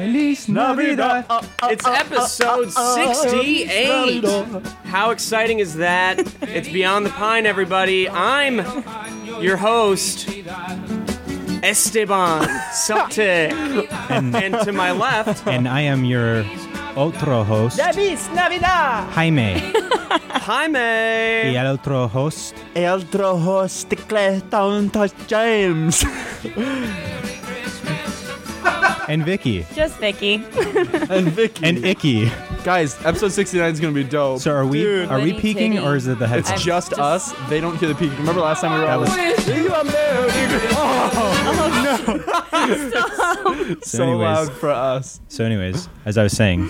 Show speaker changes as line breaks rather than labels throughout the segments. Feliz Navidad.
It's episode 68. How exciting is that? It's Beyond the Pine, everybody. I'm your host, Esteban Celtic. and to my left,
And I am your otro host,
Feliz Navidad!
Jaime. Y
Jaime.
el otro host,
El trojo stickler down to James.
and Vicky,
Just Vicky.
and Vicky.
and Icky.
guys, episode 69 is going to be dope.
So are we
Dude,
are we
Litty
peaking
titty.
or is it the
it's
headphone?
just,
just-
us. They don't hear the peak. Remember last time we were all
was-
like, "Leave a Merry-"
So
Oh, so
anyways.
loud for us.
So, anyways, as I was saying,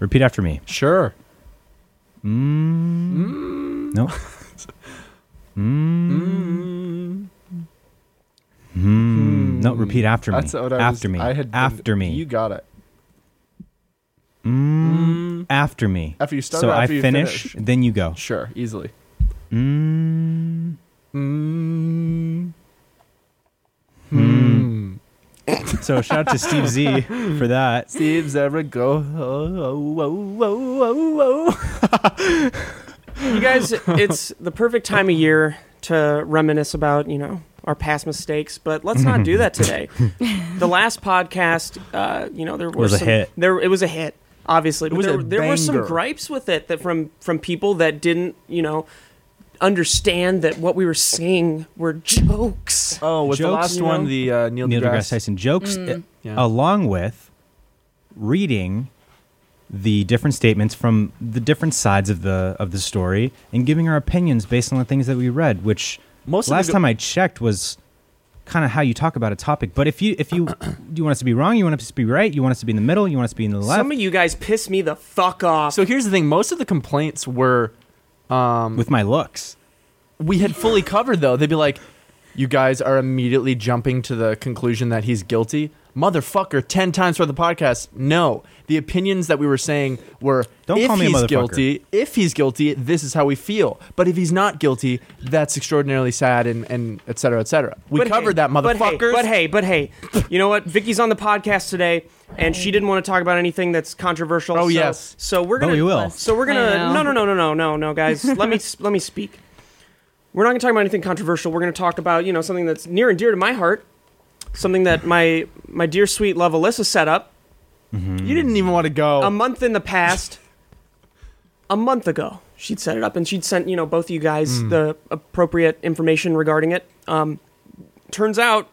repeat after me.
Sure.
No. Mm. Mm. No, repeat after me.
That's what I was-
after me.
I had been-
after me.
You got it. Mm.
after me.
After you start
So
or after
I
you
finish,
finish?
then you go.
Sure, easily.
Mm.
Mm.
So shout out to Steve Z for that.
Steve's ever go. Oh, oh, oh, oh, oh, oh.
You guys, it's the perfect time of year to reminisce about, you know, our past mistakes, but let's not do that today. the last podcast, uh, you know, there were
Was a
some-
hit.
There, it was a hit, obviously. But
was
there,
a
there were some
banger.
gripes with it that from from people that didn't, you know, understand that what we were saying were jokes.
Oh, was the
Jokes,
last
you
one
know?
the uh, Neil,
Neil deGrasse
deGrasse
Tyson jokes,
Mm.
eh,
Yeah.
along with reading the different statements from the different sides of the of the story and giving our opinions based on the things that we read. Which
Most of
last
the go-
time I checked was kind of how you talk about a topic. But if you if you you want us to be wrong, you want us to be right, you want us to be in the middle, you want us to be in the left
Some of you guys piss me the fuck off.
So here's the thing: most of the complaints were um,
with my looks.
we had fully covered though. They'd be like, "You guys are immediately jumping to the conclusion that he's guilty." Motherfucker, ten times for the podcast. No, the opinions that we were saying were
Don't
if
call me a
he's
motherfucker.
guilty, if he's guilty, this is how we feel. But if he's not guilty, that's extraordinarily sad, and and et cetera, et cetera. We
But hey,
covered that,
but hey,
motherfuckers.
But hey, but hey, you know what? Vicky's on the podcast today, and she didn't want to talk about anything that's controversial.
Oh,
so,
yes.
So we're gonna.
we will.
So we're
I
gonna. No,
know.
no, no, no, no, no, no, guys. let me let me speak. We're not gonna talk about anything controversial. We're gonna talk about you know something that's near and dear to my heart, something that my my dear sweet love Alyssa set up
you didn't even want to go.
a month in the past, a month ago, she'd set it up and she'd sent you know both of you guys
Hmm.
the appropriate information regarding it. Um, turns out,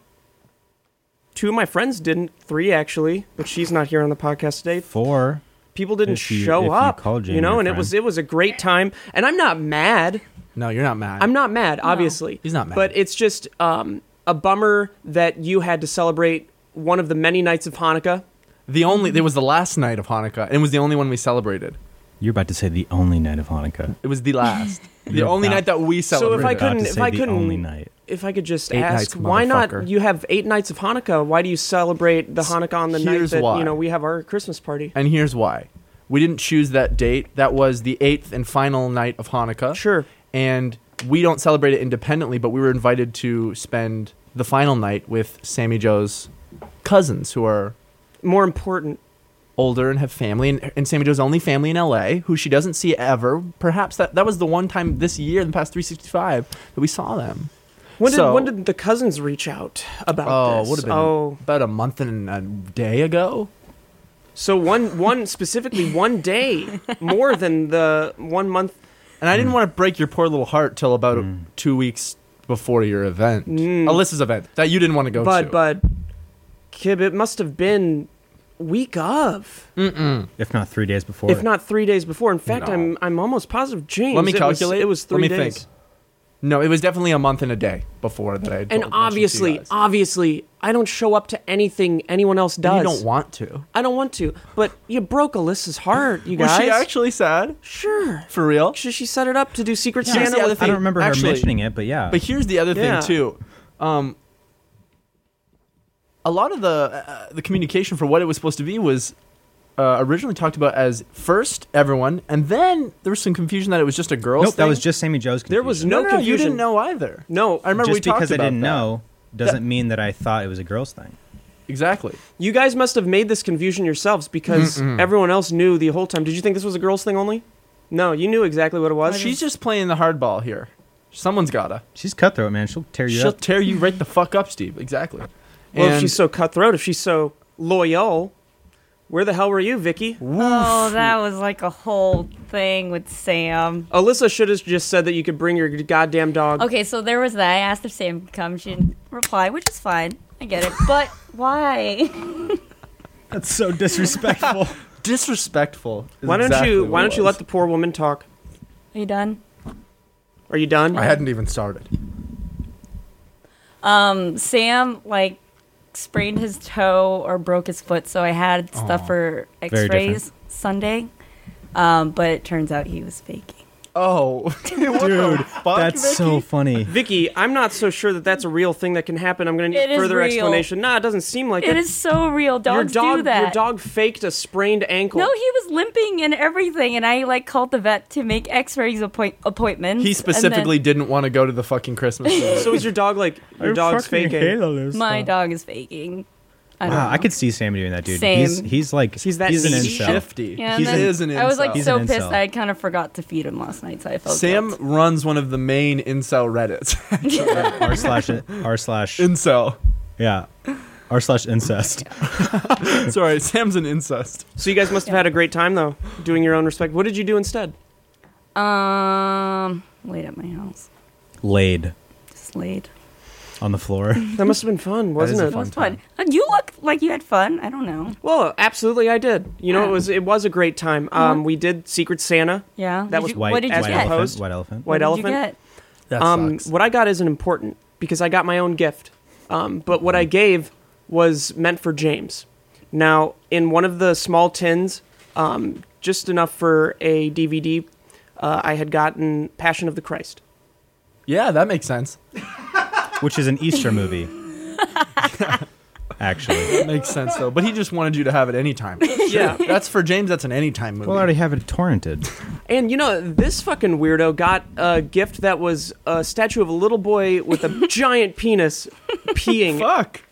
two of my friends didn't, three actually, but she's not here on the podcast today.
For
People didn't
If you-
show
if you
up,
called Jamie
know,
your
and it
friend.
was it was a great time. And I'm not mad.
no, you're not mad.
I'm not mad, obviously.
He's not mad.
But it's just um, a bummer that you had to celebrate one of the many nights of Hanukkah.
the only. It was the last night of Hanukkah, and it was the only one we celebrated.
you're about to say the only night of Hanukkah.
It was the last. the
You're
only
about-
night that we
So
celebrated.
if I
About to
couldn't, if
say
I
the
couldn't,
only night.
if I could just
Eight
ask,
nights,
why not?
motherfucker.
You have eight nights of Hanukkah. Why do you celebrate the Hanukkah on the
Here's
night that
why.
you know we have our Christmas party?
And here's why. We didn't choose that date. That was the eighth and final night of Hanukkah.
Sure.
And we don't celebrate it independently, but we were invited to spend the final night with Sammy Joe's cousins who are
More important,
older and have family and, and Sammy Joe's only family in LA who she doesn't see ever. Perhaps that, that was the one time this year, in the past 365, that we saw them.
when did
So-
when did the cousins reach out about
Oh,
this?
would have been
oh,
about a month and a day ago.
so one one specifically one day more than the one month.
And I
Mm.
didn't want to break your poor little heart till about two weeks before your event, Alyssa's event that you didn't want to go
Mm. But
to.
but, Kib, it must have been week of,
If not three days before.
if not three days before. In fact,
No.
I'm I'm almost positive. James,
let me
it was-
calculate.
It was,
Let
three
me
days.
Think. No, it was definitely a month and a day before that I. Had
And
told- mentioned to you
obviously, uh,
guys.
obviously, I don't show up to anything anyone else
And
does.
you don't want to.
I don't want to. But you broke Alyssa's heart, you
Was
guys.
she actually sad?
Sure.
For real?
She, she set it up to do Secret
Yeah,
Santa.
see,
with-
I
I
think-
don't remember
actually-
her mentioning it, but yeah.
But here's the other
Yeah.
thing too. Um, a lot of the uh, the communication for what it was supposed to be was uh, originally talked about as first everyone, and then there was some confusion that it was just a girls.
nope, that
thing.
was just Sammy Joe's. Confusion.
There was
no,
no,
no,
confusion.
You didn't know either.
No,
I remember we
just
talked
because I
about
didn't
that.
know doesn't mean that I thought it was a girls thing.
Exactly.
You guys must have made this confusion yourselves because everyone else knew the whole time. Did you think this was a girls' thing only? No, you knew exactly what it was.
She's just playing the hardball here. Someone's gotta.
She's cutthroat, man. She'll tear you
She'll
up.
tear you right the fuck up, Steve. Exactly.
well, if
And-
she's so cutthroat, if she's so loyal, where the hell were you, Vicky?
Oh, that was like a whole thing with Sam.
Alyssa should have just said that you could bring your goddamn dog.
Okay, so there was that. I asked if Sam could come. She didn't reply, which is fine. I get it. But why?
That's so disrespectful.
disrespectful. is
Why don't
exactly
you
what
Why
it
don't you
was.
let the poor woman talk?
Are you done?
Are you done?
I hadn't even started.
Um, Sam like sprained his toe or broke his foot, so I had stuff for X-rays
different.
Sunday. Um, but it turns out he was faking.
Oh, dude,
That's so funny.
Vicky, I'm not so sure that that's a real thing that can happen. I'm going to
It
need
is
further
real.
explanation. Nah, it doesn't seem like
It is so real.
Your
Dogs
dog,
do that.
your dog faked a sprained ankle.
No, he was limping and everything, and I like called the vet to make X-rays appoint- appointments.
He
and
specifically didn't want to go to the fucking Christmas. movie.
so is your dog like your dog's faking?
then my dog is faking. I don't
Wow,
know.
I could see Sam doing that, dude.
Same.
He's he's like
He's that
an
needy.
incel.
shifty.
Yeah, and
He's
then
an-
is an
I was
incel.
like
He's
so
an
pissed.
incel.
I kind of forgot to feed him last night, so I felt
Sam
guilt.
runs one of the main incel Reddits.
R slash R slash
incel.
yeah. R slash incest.
Sorry, Sam's an incest.
So you guys must have had a great time though, doing your own respect. What did you do instead?
Um, laid at my house,
Laid
just laid.
on the floor.
That must have been fun, wasn't
is a
it?
It was
Fun
fun. Uh, You look like you had fun. I don't know.
Well, absolutely, I did. You know, it was it was a great time. Um, we did Secret Santa,
Uh-huh. Yeah.
That
Did
was
you,
White,
what did you
white
as
get?
elephant.
opposed-
White elephant.
White
What did
Elephant.
You get?
That
um, what I got isn't important because I got my own gift. Um, but what I gave was meant for James. Now, in one of the small tins, um, just enough for a DVD, uh, I had gotten Passion of the Christ.
yeah, that makes sense.
Which is an Easter movie. Actually.
That makes sense though. But he just wanted you to have it anytime.
Yeah.
That's for James. That's an anytime movie.
Well I already have it torrented.
And you know, this fucking weirdo got a gift that was a statue of a little boy with a giant penis peeing.
Fuck.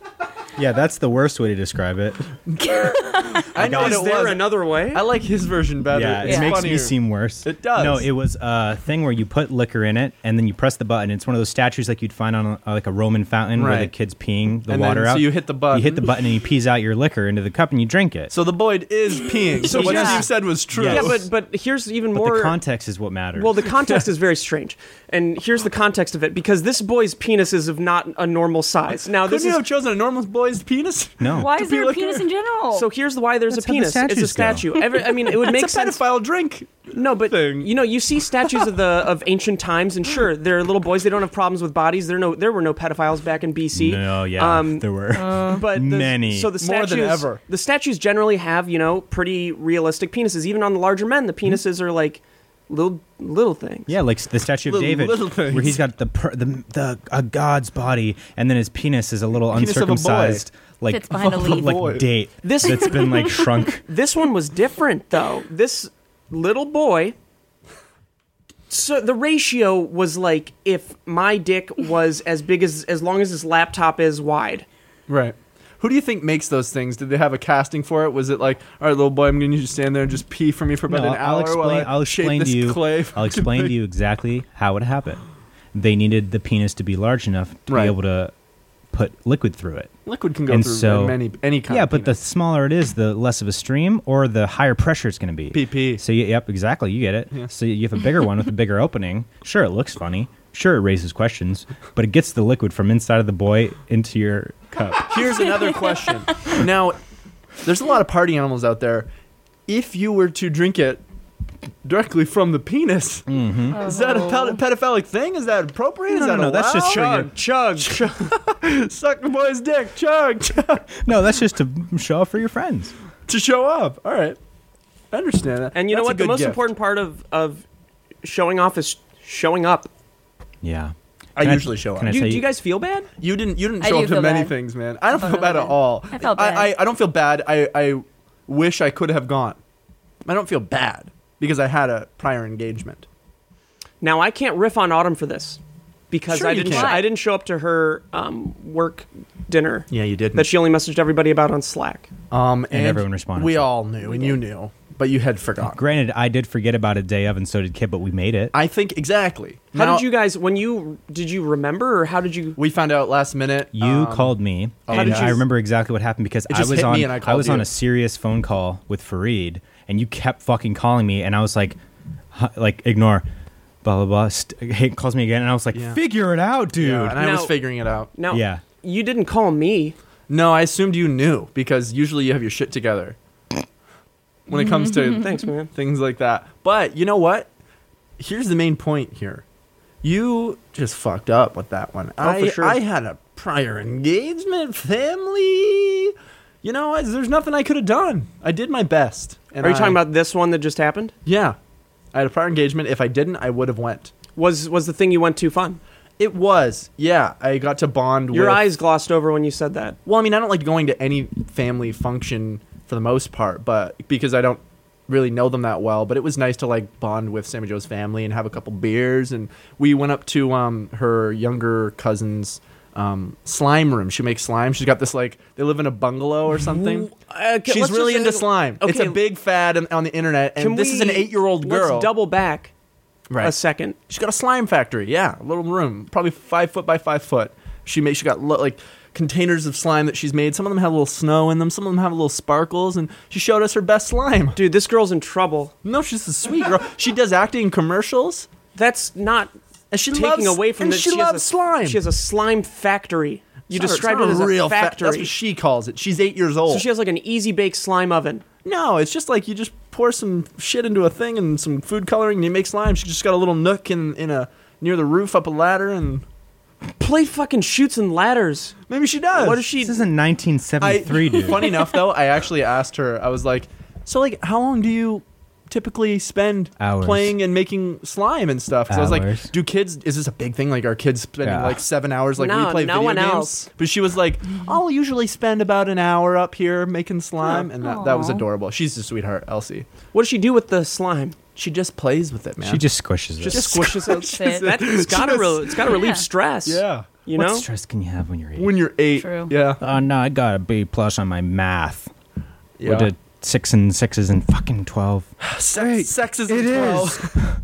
Yeah, that's the worst way to describe it.
I know what
Is
it
there
was.
another way?
I like his version better.
Yeah, it
It's
makes
funnier.
me seem worse.
It does.
No, it was a thing where you put liquor in it, and then you press the button. It's one of those statues like you'd find on a, uh, like a Roman fountain where the
Right.
kid's peeing the
And
water
then-
out.
so you hit the button.
You hit the button, and he pees out your liquor into the cup, and you drink it.
So the boy is peeing. So what
Yeah.
Steve said was true.
Yes.
yeah, but but here's even
but
more
the context is what matters.
Well, the context is very strange, and here's the context of it because this boy's penis is of not a normal size. Now,
Couldn't
this
you
is
have chosen a normal boy's penis?
no.
Why is
be
there a
looking
penis
at-
in general?
so here's why there's
That's
a
how the
penis. It's a
statues
statue. Every, I mean, it would make
It's a
sense.
pedophile drink.
No, but
thing.
you know, you see statues of the of ancient times, and sure, there are little boys. They don't have problems with bodies. There are no, there were no pedophiles back in BC.
No, yeah,
Um,
there were.
uh,
but the,
Many.
So the
More
statues,
than ever.
the statues generally have you know pretty realistic penises. Even on the larger men, the penises are like little little things.
yeah, like the statue of
Little-
David,
little things.
where he's got the per, the the a god's body, and then his penis is a little
Penis of a boy.
uncircumcised, like
Fits behind a leaf.
like
Boy.
date
This-
that's been like shrunk.
This one was different though. This little boy so the ratio was like if my dick was as big as as long as this laptop is wide.
Right. Who do you think makes those things? Did they have a casting for it? Was it like, all right, little boy, I'm going to you to stand there and just pee for me for about
No,
an hour while I
I'll
shape
explain
this
to you.
clay?
I'll explain to you exactly how it happened. They needed the penis to be large enough to
Right.
be able to put liquid through it.
Liquid can go
and
through
so-
many any kind.
yeah,
of
but the
penis.
smaller it is, the less of a stream, or the higher pressure it's going to be.
PP.
So you, yep, exactly. You get it. So you have a bigger one with a bigger opening. Sure, it looks funny. Sure, it raises questions, but it gets the liquid from inside of the boy into your cup.
Here's another question. now, there's a lot of party animals out there. If you were to drink it directly from the penis, is that a ped- pedophilic thing? Is that
No,
appropriate? is
no,
that
no, that's just
allowed?
Chug, chug.
Suck the boy's dick, chug, chug,
no, that's just to show off for your friends.
to show up. All right, I understand that.
And you know
That's a
what? The
good
most
gift.
important part of of showing off is showing up.
Yeah.
I
Can
usually show up.
can I
Do,
tell
do you guys feel bad?
You didn't. You didn't
I
show
do
up to
feel
many
bad.
things, man. I don't feel
felt
bad at
bad.
all.
I felt bad.
I, I, don't feel bad. I, I wish I could have gone. I don't feel bad because I had a prior engagement.
Now I can't riff on Autumn for this. because
Sure
I
you
didn't.
can.
I didn't show up to her um, work dinner
Yeah, you didn't.
that she only messaged everybody about on Slack.
um, and,
everyone responded.
We all knew, and you knew, but you had forgotten.
Granted, I did forget about it day of, and so did Kip, but we made it.
I think exactly.
How
Now-
did you guys? When you did you remember, or how did you?
We found out last minute.
You
um,
called me,
how
and
did you-
I remember exactly what happened because I
just
was
hit me
on
and I
I,
called
was on
you.
a serious phone call with Fareed, and you kept fucking calling me, and I was like, huh, like ignore, blah blah blah. St- he calls me again, and I was like,
Yeah.
figure it out, dude.
Yeah, and I was
Now-
figuring it out.
Now,
Yeah.
you didn't call me.
No, I assumed you knew because usually you have your shit together when it comes to
Thanks, man.
things like that. But you know what? Here's the main point here. You just fucked up with that one. I,
for sure.
I had a prior engagement, family. You know, I- there's nothing I could have done. I did my best. And
Are you
I-
talking about this one that just happened?
Yeah, I had a prior engagement. If I didn't, I would have went.
Was was the thing you went to fun?
It was. Yeah, I got to bond.
Your
with,
eyes glossed over when you said that.
Well, I mean, I don't like going to any family function for the most part, but because I don't really know them that well. But it was nice to like bond with Sammy Joe's family and have a couple beers. And we went up to um, her younger cousin's um, slime room. She makes slime. She's got this like they live in a bungalow or something.
okay,
She's
let's
really
just-
into slime. It's a
okay.
big fad on- on the internet, and this is an
we-
eight-year-old girl.
Let's double back
right.
a second.
She's got a slime factory. Yeah, a little room, probably five foot by five foot. She made. She got lo- like containers of slime that she's made. Some of them have a little snow in them. Some of them have little sparkles. And she showed us her best slime.
Dude, this girl's in trouble.
No, she's a sweet girl. She does acting in commercials,
That's not
and she
taking
loves
away from
and
that.
She,
has
loves
a,
slime.
She has a slime factory. You
It's not-
described
it's not
it as
a real
a
fa-
factory.
that's what she calls it. She's eight years old.
so she has like an easy bake slime oven.
No, it's just like you just pour some shit into a thing and some food coloring and you make slime. She just got a little nook in in a near the roof up a ladder and
Play fucking shoots and ladders.
maybe she does.
What is she?
This isn't 1973, E dude.
Funny enough, though, I actually asked her. I was like, "So, like, how long do you typically spend
Hours.
playing and making slime and stuff?" 'Cause I was
Hours.
like, "Do kids? Is this a big thing? Like, are kids spending
Yeah.
like seven hours? Like,
No,
we play
no
video
one
games?"
else.
But she was like, "I'll usually spend about an hour up here making slime," and that, that was
Aw.
adorable. She's a sweetheart, Elsie.
What does she do with the slime?
She just plays with it, man.
she just squishes
Just,
it.
squishes it.
it.
That's gotta re- it's gotta relieve
Yeah.
stress.
yeah.
You
what
know.
stress can you have when you're eight?
When you're eight,
True.
yeah,
oh no, I got a B plus on my math.
yeah.
We did six and sixes and fucking twelve.
Sex, sexism.
it
twelve.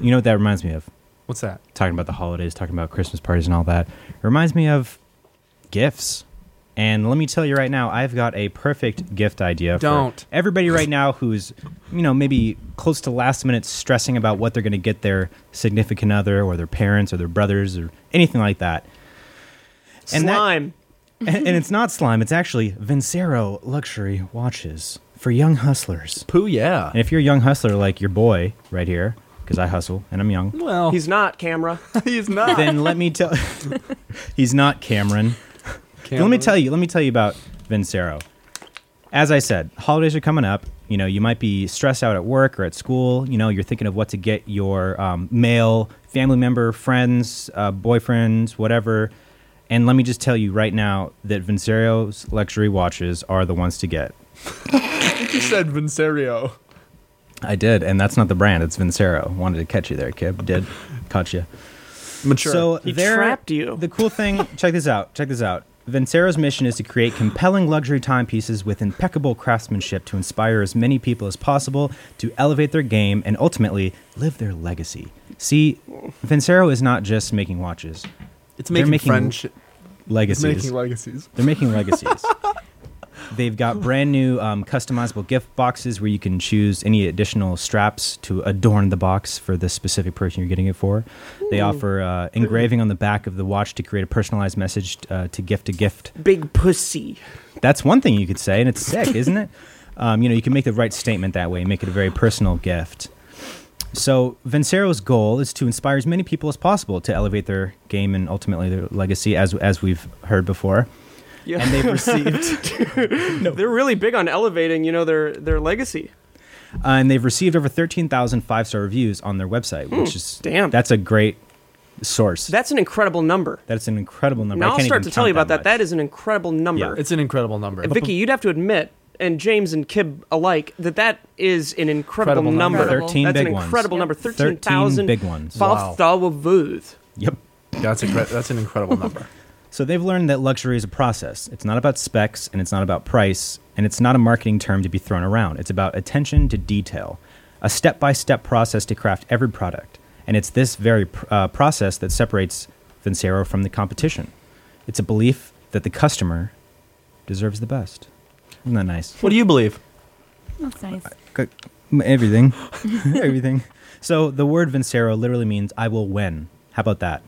You know what that reminds me of?
What's that?
talking about the holidays, talking about Christmas parties and all that, reminds me of gifts. And let me tell you right now, I've got a perfect gift idea.
Don't.
for everybody right now who's you know maybe close to last minute stressing about what they're going to get their significant other or their parents or their brothers or anything like that. And that-
slime.
and, and it's not slime; it's actually Vincero luxury watches for young hustlers.
Pooh, yeah.
And if you're a young hustler like your boy right here, because I hustle and I'm young.
Well,
He's not camera.
he's not.
then let me tell he's not cameron. let me tell you let me tell you about vincero as i said holidays are coming up you know you might be stressed out at work or at school you know you're thinking of what to get your um, male family member friends uh, boyfriends whatever and let me just tell you right now that vincero's luxury watches are the ones to get
You said Vincerio.
i did and that's not the brand it's vincero wanted to catch you there kid did caught you
Mature.
So
He
they're-
trapped you.
The cool thing, check this out. Check this out. Vincero's mission is to create compelling luxury timepieces with impeccable craftsmanship to inspire as many people as possible to elevate their game and ultimately live their legacy. See, Vincero is not just making watches,
it's
they're
making,
making
friendship. It's
legacies.
making legacies.
They're making legacies. They've got brand new um, customizable gift boxes where you can choose any additional straps to adorn the box for the specific person you're getting it for. They offer uh, engraving on the back of the watch to create a personalized message uh, to gift to gift.
Big pussy.
That's one thing you could say, and it's sick, isn't it? Um, you know, you can make the right statement that way, make it a very personal gift. So, Vencero's goal is to inspire as many people as possible to elevate their game and ultimately their legacy, as as we've heard before.
Yeah.
And they've received
They're really big on elevating, you know, their their legacy.
Uh, and they've received over 13,000 five star reviews on their website, which is
Hmm. damn.
That's a great source.
That's an incredible number.
that's an incredible number. I
Now I'll
can't
start
even
to tell you
count
about that.
much.
That is an incredible number.
Yeah.
It's an incredible number.
And Vicky, you'd have to admit, and James and Kib alike, that that is an incredible
Incredible number.
number.
Incredible.
13
That's
big
an
ones.
incredible number.
13
13,000
big ones.
Wow.
Wow.
Yep.
That's a cre- that's an incredible number.
So they've learned that luxury is a process. It's not about specs and it's not about price and it's not a marketing term to be thrown around. It's about attention to detail, a step by step process to craft every product. And it's this very pr- uh, process that separates Vincero from the competition. It's a belief that the customer deserves the best. Isn't that nice?
What do you believe?
That's nice.
Good. Everything. Everything. So the word Vincero literally means I will win. How about that?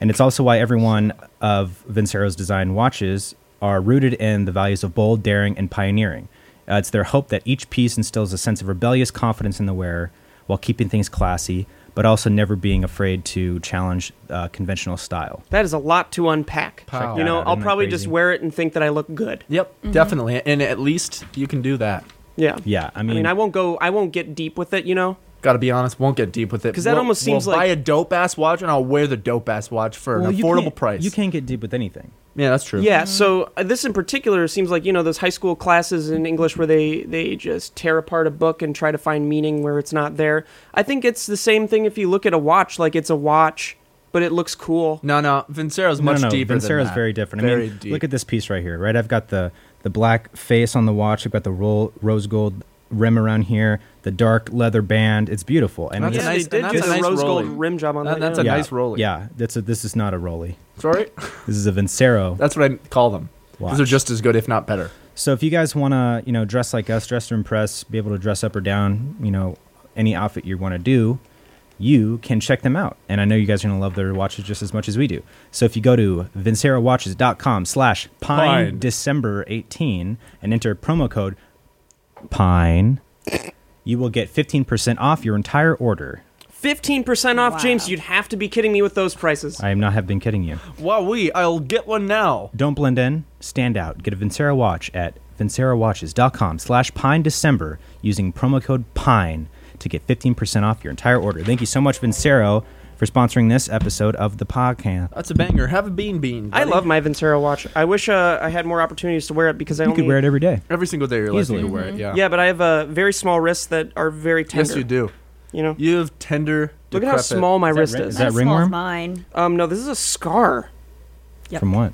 And it's also why every one of Vincero's design watches are rooted in the values of bold, daring, and pioneering. Uh, it's their hope that each piece instills a sense of rebellious confidence in the wearer while keeping things classy, but also never being afraid to challenge uh, conventional style.
That is a lot to unpack.
Pow.
You
Yeah,
know, I'll
isn't that
probably
crazy?
just wear it and think that I look good.
Yep,
Mm-hmm.
definitely. And at least you can do that.
Yeah.
Yeah, I
I
mean,
mean, I won't go. I won't get deep with it. You know.
Got to be honest, won't get deep with it.
'Cause that
We'll-
almost seems
we'll buy
like-
a dope ass watch, and I'll wear the dope ass watch for
Well,
an
you
affordable
can't-
price.
You can't get deep with anything.
Yeah, that's true.
Yeah. So uh, this in particular seems like you know those high school classes in English where they they just tear apart a book and try to find meaning where it's not there. I think it's the same thing if you look at a watch. Like it's a watch, but it looks cool.
No, no, Vincero's much
no, no,
deeper.
Vincero's
than that.
very different.
Very
I mean,
deep.
look at this piece right here, right? I've got the the black face on the watch. I've got the roll, rose gold rim around here, the dark leather band. It's beautiful. I mean,
That's
Yeah,
a nice-
they did
and
do
that's
the
a nice
rose gold
rolling.
rim job on
That-
that.
that's
yeah.
a nice Rolly.
Yeah, that's a, this is not a Rolly.
Sorry,
This is a Vincero.
that's what I call them.
Watch.
These are just as good, if not better.
So if you guys want to, you know, dress like us, dress to impress, be able to dress up or down, you know, any outfit you want to do, you can check them out. And I know you guys are going to love their watches just as much as we do. So if you go to vincerowatches.com slash pine
Pine.
december 18 and enter promo code pine, you will get 15% off your entire order.
Fifteen percent off,
Wow.
James. You'd have to be kidding me with those prices.
I am not have been kidding you.
Wow, we! I'll get one now.
Don't blend in, stand out. Get a Vincero watch at vincerowatches.com slash pine December using promo code PINE to get 15% off your entire order. Thank you so much, Vincero, for sponsoring this episode of the podcast.
That's a banger. Have a bean bean.
I
buddy.
love my Vincero watch. I wish uh, I had more opportunities to wear it because I
You
only
could wear it every day.
every single day of your life.
Easily.
You can wear it. Yeah.
Yeah, but I have uh, very small wrists that are very tender.
Yes, you do.
You know,
You have tender.
look at how
decrepit-
small my
Is that
wrist
red-
is.
is that
That's small as
ringworm?
Mine.
Um, no, this is a scar.
Yep.
From what?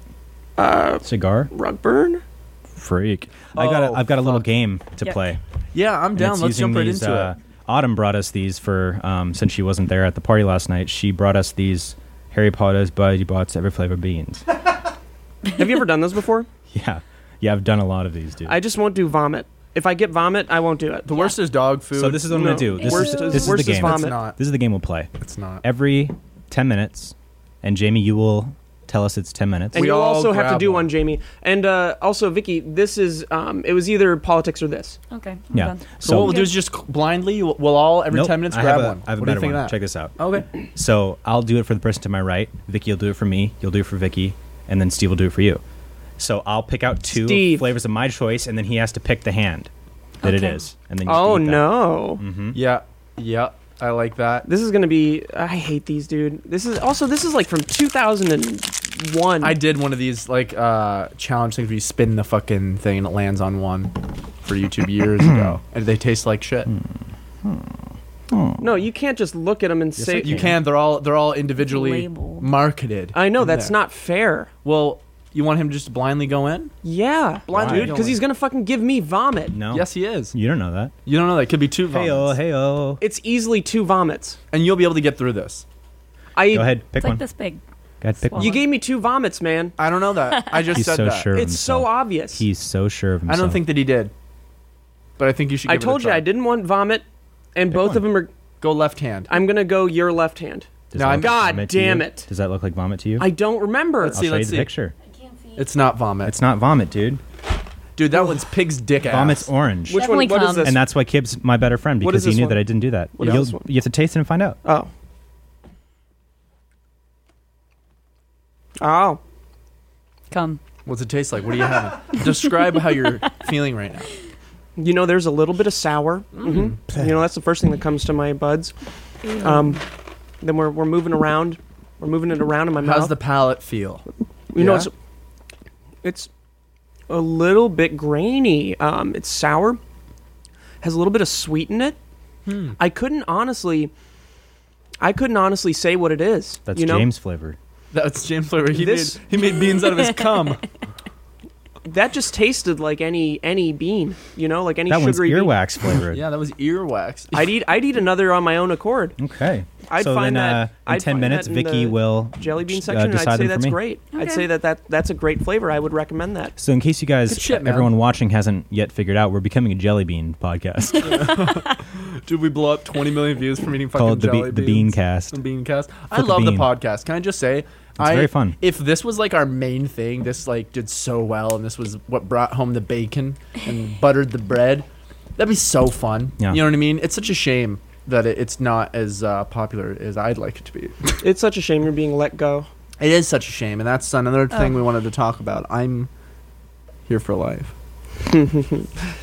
Uh, Cigar?
Rug burn.
Freak. I got
Oh,
a, I've got a little game to
Yep.
play.
Yeah, I'm
and
down.
it's
Let's
using
jump right
these,
into
uh,
it.
Autumn brought us these for, um, since she wasn't there at the party last night, she brought us these Harry Potter's Buddy Bots Every Flavor Beans.
Have you ever done those before?
yeah. Yeah, I've done a lot of these, dude.
I just won't do vomit. If I get vomit, I won't do it.
The worst is dog food.
So this is what I'm
No.
gonna do. This
Worst
is,
is-
this is the
worst is
game.
vomit.
It's not.
This is the game we'll play
It's not.
every ten minutes, and Jamie, you will tell us it's ten minutes.
And
We
you'll
all
also have to
grab
do
one.
one, Jamie. And uh, also, Vicky, this is um, it was either politics or this.
Okay. I'm
yeah.
done.
So, what we'll do is just blindly, we'll we'll all every
Nope,
ten minutes
I
grab
have a-
one.
I have a
what do you
better
think
one.
of that? Oh.
Check this out.
Okay.
So I'll do it for the person to my right. Vicky, you'll do it for me. You'll do it for Vicky, and then Steve will do it for you. So I'll pick out two
Steve.
flavors of my choice, and then he has to pick the hand that it
Okay.
is, and then you
Oh
just eat that. Mm-hmm.
no,
Yeah. Yeah. I like that.
this is gonna be. I hate these, dude. This is also this is like from 2001.
I did one of these like uh challenge things where you spin the fucking thing and it lands on one for YouTube years ago, and they taste like shit.
no, you can't just look at them and say
You can. They're all they're all individually
Labeled.
marketed.
I know
in
that's
there.
not fair.
Well, you want him just to blindly go in?
Yeah,
Blind
Why?
dude, because he's gonna fucking give me vomit.
No.
Yes, he is.
You don't know that.
You don't know that could be two
Hey oh,
vomits,
hey oh.
It's easily two vomits.
and you'll be able to get through this.
I
Go ahead, pick
It's like
one.
this big.
Go ahead, pick
Swallow.
one.
you gave me two vomits, man.
I don't know that. I just
He's
said
so
that.
sure of
It's so
himself.
obvious.
He's so sure of
I
himself.
don't think that he did, but I think you should. Give
I
it a
told you
try.
I didn't want vomit, and both of
one.
them are.
Go left hand.
I'm gonna go your left hand.
Does
No,
that
I'm-
look like
God
vomit to you?
damn it.
Does that look like vomit to you?
I don't remember.
Let's
I'll
see,
show you the
see.
picture.
It's not vomit.
It's not vomit, dude.
Dude, that one's pig's dick ass.
Vomit's orange.
Which one?
Definitely
What is
come.
this?
and that's why Kib's my better friend
What
because
is
he
this
knew
one?
that I didn't do that.
What is
You'll-
this one?
You have to taste it and find out.
oh. Oh.
Come.
What's it taste like? What do you have? Describe how you're feeling right now.
You know, there's a little bit of sour. hmm You know, that's the first thing that comes to my buds. Um, then we're, we're moving around. We're moving it around in my
How's
mouth.
the palate feel?
you know,
yeah?
it's, it's a little bit grainy. Um, it's sour.
Hmm.
Has a little bit of sweet in it. I couldn't honestly. I couldn't honestly say what it is.
That's
you know?
James flavored.
That's James flavor. He
This-
made he made beans out of his cum.
That just tasted like any any bean, you know, like any
That one's
sugary bean.
earwax flavored.
yeah, that was earwax.
I'd eat I'd eat another on my own accord.
Okay.
I'd
so
find
then,
that-
uh, in
I'd
ten
find
minutes,
that in
Vicky
the
will
Jelly bean
uh,
section. and I'd
decide
say
them for
that's
me.
great. I'd
Okay.
say that, that that's a great flavor. I would recommend that.
So, in case you guys,
Good shit, man.
everyone watching hasn't yet figured out, we're becoming a jelly bean podcast
Dude, we blow up 20 million views from eating fucking
called the,
jelly
be- the Bean
beans.
Cast.
The bean cast. I
Flip a
love the
bean.
podcast. Can I just say, it's I,
very fun.
If this was like our main thing, this like did so well, and this was what brought home the bacon and buttered the bread. That'd be so fun.
Yeah.
You know what I mean? It's such a shame that it, it's not as uh, popular as I'd like it to be.
It's such a shame you're being let go.
It is such a shame, and that's another
Oh.
thing we wanted to talk about. I'm here for life.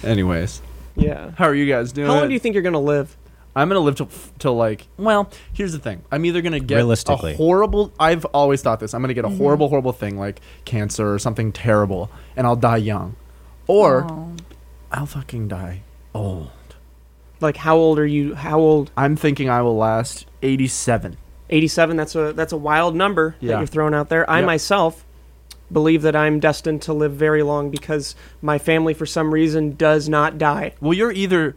Anyways,
Yeah.
how are you guys doing?
How long do you think you're gonna live?
I'm gonna live till till like. Well, here's the thing. I'm either gonna get
Realistically.
a horrible. I've always thought this. I'm gonna get a horrible, horrible thing like cancer or something terrible, and I'll die young, or
Oh.
I'll fucking die old.
Like how old are you? How old?
I'm thinking I will last 87.
87. That's a that's a wild number
Yeah.
that you're throwing out there. I
Yep.
myself believe that I'm destined to live very long because my family, for some reason, does not die.
Well, you're either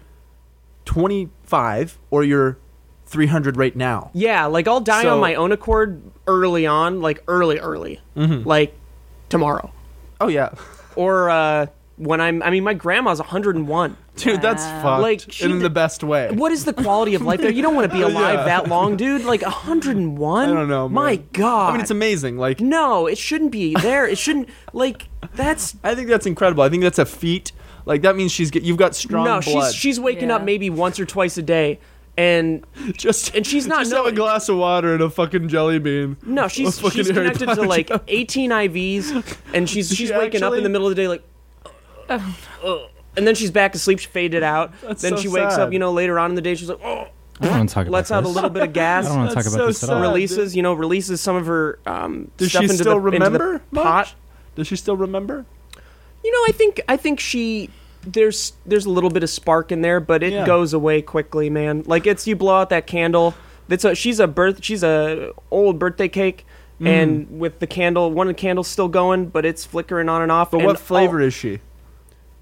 25 or you're 300 right now.
Yeah, like I'll die
So-
on my own accord early on, like early, early,
Mm-hmm.
like tomorrow,
Oh yeah,
or uh, when I'm. I mean, my grandma's 101.
dude, that's
Wow.
fucked.
Like,
Like,
she
in the
did-
best way.
What is the quality of life there? You don't want to be alive
Yeah.
that long, dude. Like 101.
I don't know. Man.
My God.
I mean, it's amazing. Like
no, it shouldn't be there. It shouldn't. Like that's
I think that's incredible. I think that's a feat. Like that means she's get, you've got strong
no.
blood.
She's she's waking up
Yeah.
maybe once or twice a day, and
just
and she's not
just have a
knowing.
glass of water and a fucking jelly bean.
no, she's
fucking
she's
Harry
connected to
Potter
like 18 IVs, and she's she's waking up
actually-
in the middle of the day like. And then she's back asleep, she's faded out.
That's
then
so
she wakes
sad.
up, you know, later on in the day, she's like, oh,
I don't want to talk about
lets out a
this.
little bit of gas.
I don't want to talk
That's
about
so
this at all.
sad.
releases, you know, releases some of her um,
Does
stuff
she
into
still
the, into the
remember? much?
pot.
Does she still remember?
You know, I think I think she there's there's a little bit of spark in there, but it
Yeah.
goes away quickly, man. Like it's you blow out that candle. That's a, she's a birth she's a old birthday cake,
Mm.
and with the candle, one of the candles still going, but it's flickering on and off.
But
and
what flavor is she?
all-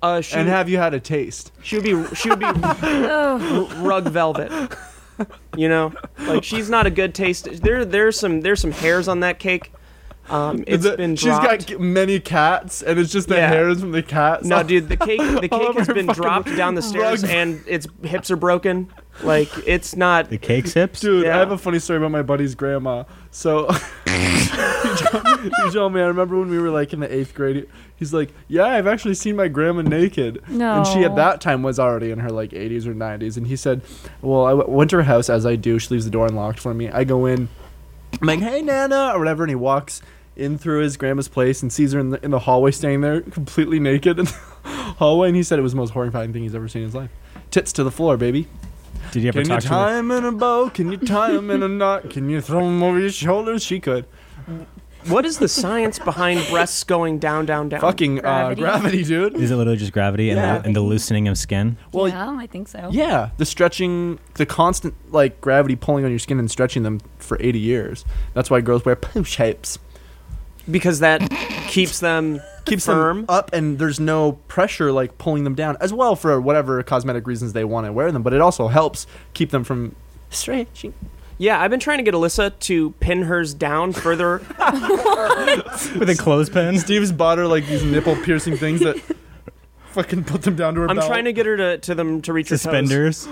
uh, she
And have you had a taste?
she would be she would be rug velvet. You know, like she's not a good taste. There there's some there's some hairs on that cake. Um, it's
She's
been
got
dropped.
g- many cats, and it's just the
Yeah.
hairs from the cats. Oh,
No, dude, the cake the
All
cake
over
has
her
been
fucking
dropped down the stairs
rug.
and its hips are broken. Like it's not
The cake sips?
Dude, I
Yeah.
have a funny story about my buddy's grandma. So he, told, he told me, I remember when we were like in the eighth grade, he's like, Yeah, I've actually seen my grandma naked. And she at
No.
that time was already in her like 80s or 90s. And he said, Well, I w- went to her house as I do. She leaves the door unlocked for me. I go in, I'm like, Hey, Nana, or whatever. And he walks in through his grandma's place and sees her in the, in the hallway standing there completely naked in the hallway. And he said it was the most horrifying thing he's ever seen in his life. Tits to the floor, baby.
Did you ever
Can you
talk to her?
tie him in a bow? Can you tie him in a knot? Can you throw him over your shoulders? She could.
what is the science behind breasts going down, down, down?
Fucking
Gravity.
Uh, gravity, dude.
Is it literally just gravity and, the,
Yeah.
and the loosening of skin?
Well,
yeah, I think so.
yeah, the stretching, the constant like gravity pulling on your skin and stretching them for 80 years. That's why girls wear poo shapes.
Because that keeps them
Keeps
firm.
them up, and there's no pressure like pulling them down as well for whatever cosmetic reasons they want to wear them. But it also helps keep them from stretching.
Yeah, I've been trying to get Alyssa to pin hers down further.
With a clothespin?
Steve's bought her like these nipple piercing things that fucking put them down to her.
I'm
belt.
trying to get her to, to them to reach her toes.
Suspenders?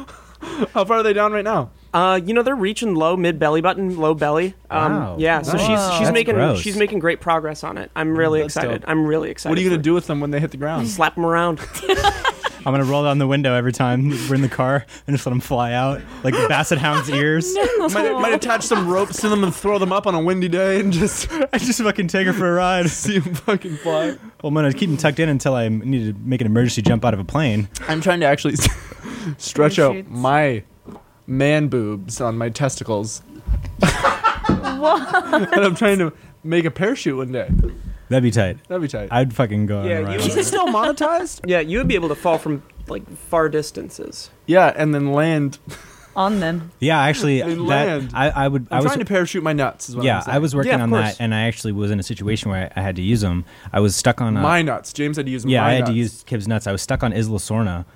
How far are they down right now?
Uh, you know they're reaching low mid belly button, low belly. Um,
Wow.
Yeah, so
Nice.
she's she's
That's
making
gross.
she's making great progress on it. I'm really
That's
excited.
dope.
I'm really excited.
What are you
for
gonna do with them when they hit the
it.
ground?
Slap them around.
I'm going to roll down the window every time we're in the car and just let them fly out like Basset Hound's ears.
Might, might attach some ropes to them and throw them up on a windy day and just
I just fucking take her for a ride.
see them fucking fly.
Well, I'm going to keep them tucked in until I need to make an emergency jump out of a plane.
I'm trying to actually stretch out
Parachutes.
my man boobs on my testicles. and I'm trying to make a parachute one day.
That'd be tight.
That'd be tight.
I'd fucking go
Yeah,
on a ride. with
you-
Is
her.
it still monetized?
yeah, you would be able to fall from like far distances.
Yeah, and then land
on them.
Yeah, actually,
They
that,
land.
I, I would.
I'm
I was
trying to parachute my nuts. Is what I'm
yeah,
saying.
I was working
Yeah, of
on
course.
that, and I actually was in a situation where I, I had to use them. I was stuck on a,
my nuts. James had to use.
uh, yeah,
my
I had to
nuts.
use Kib's nuts. I was stuck on Isla Sorna,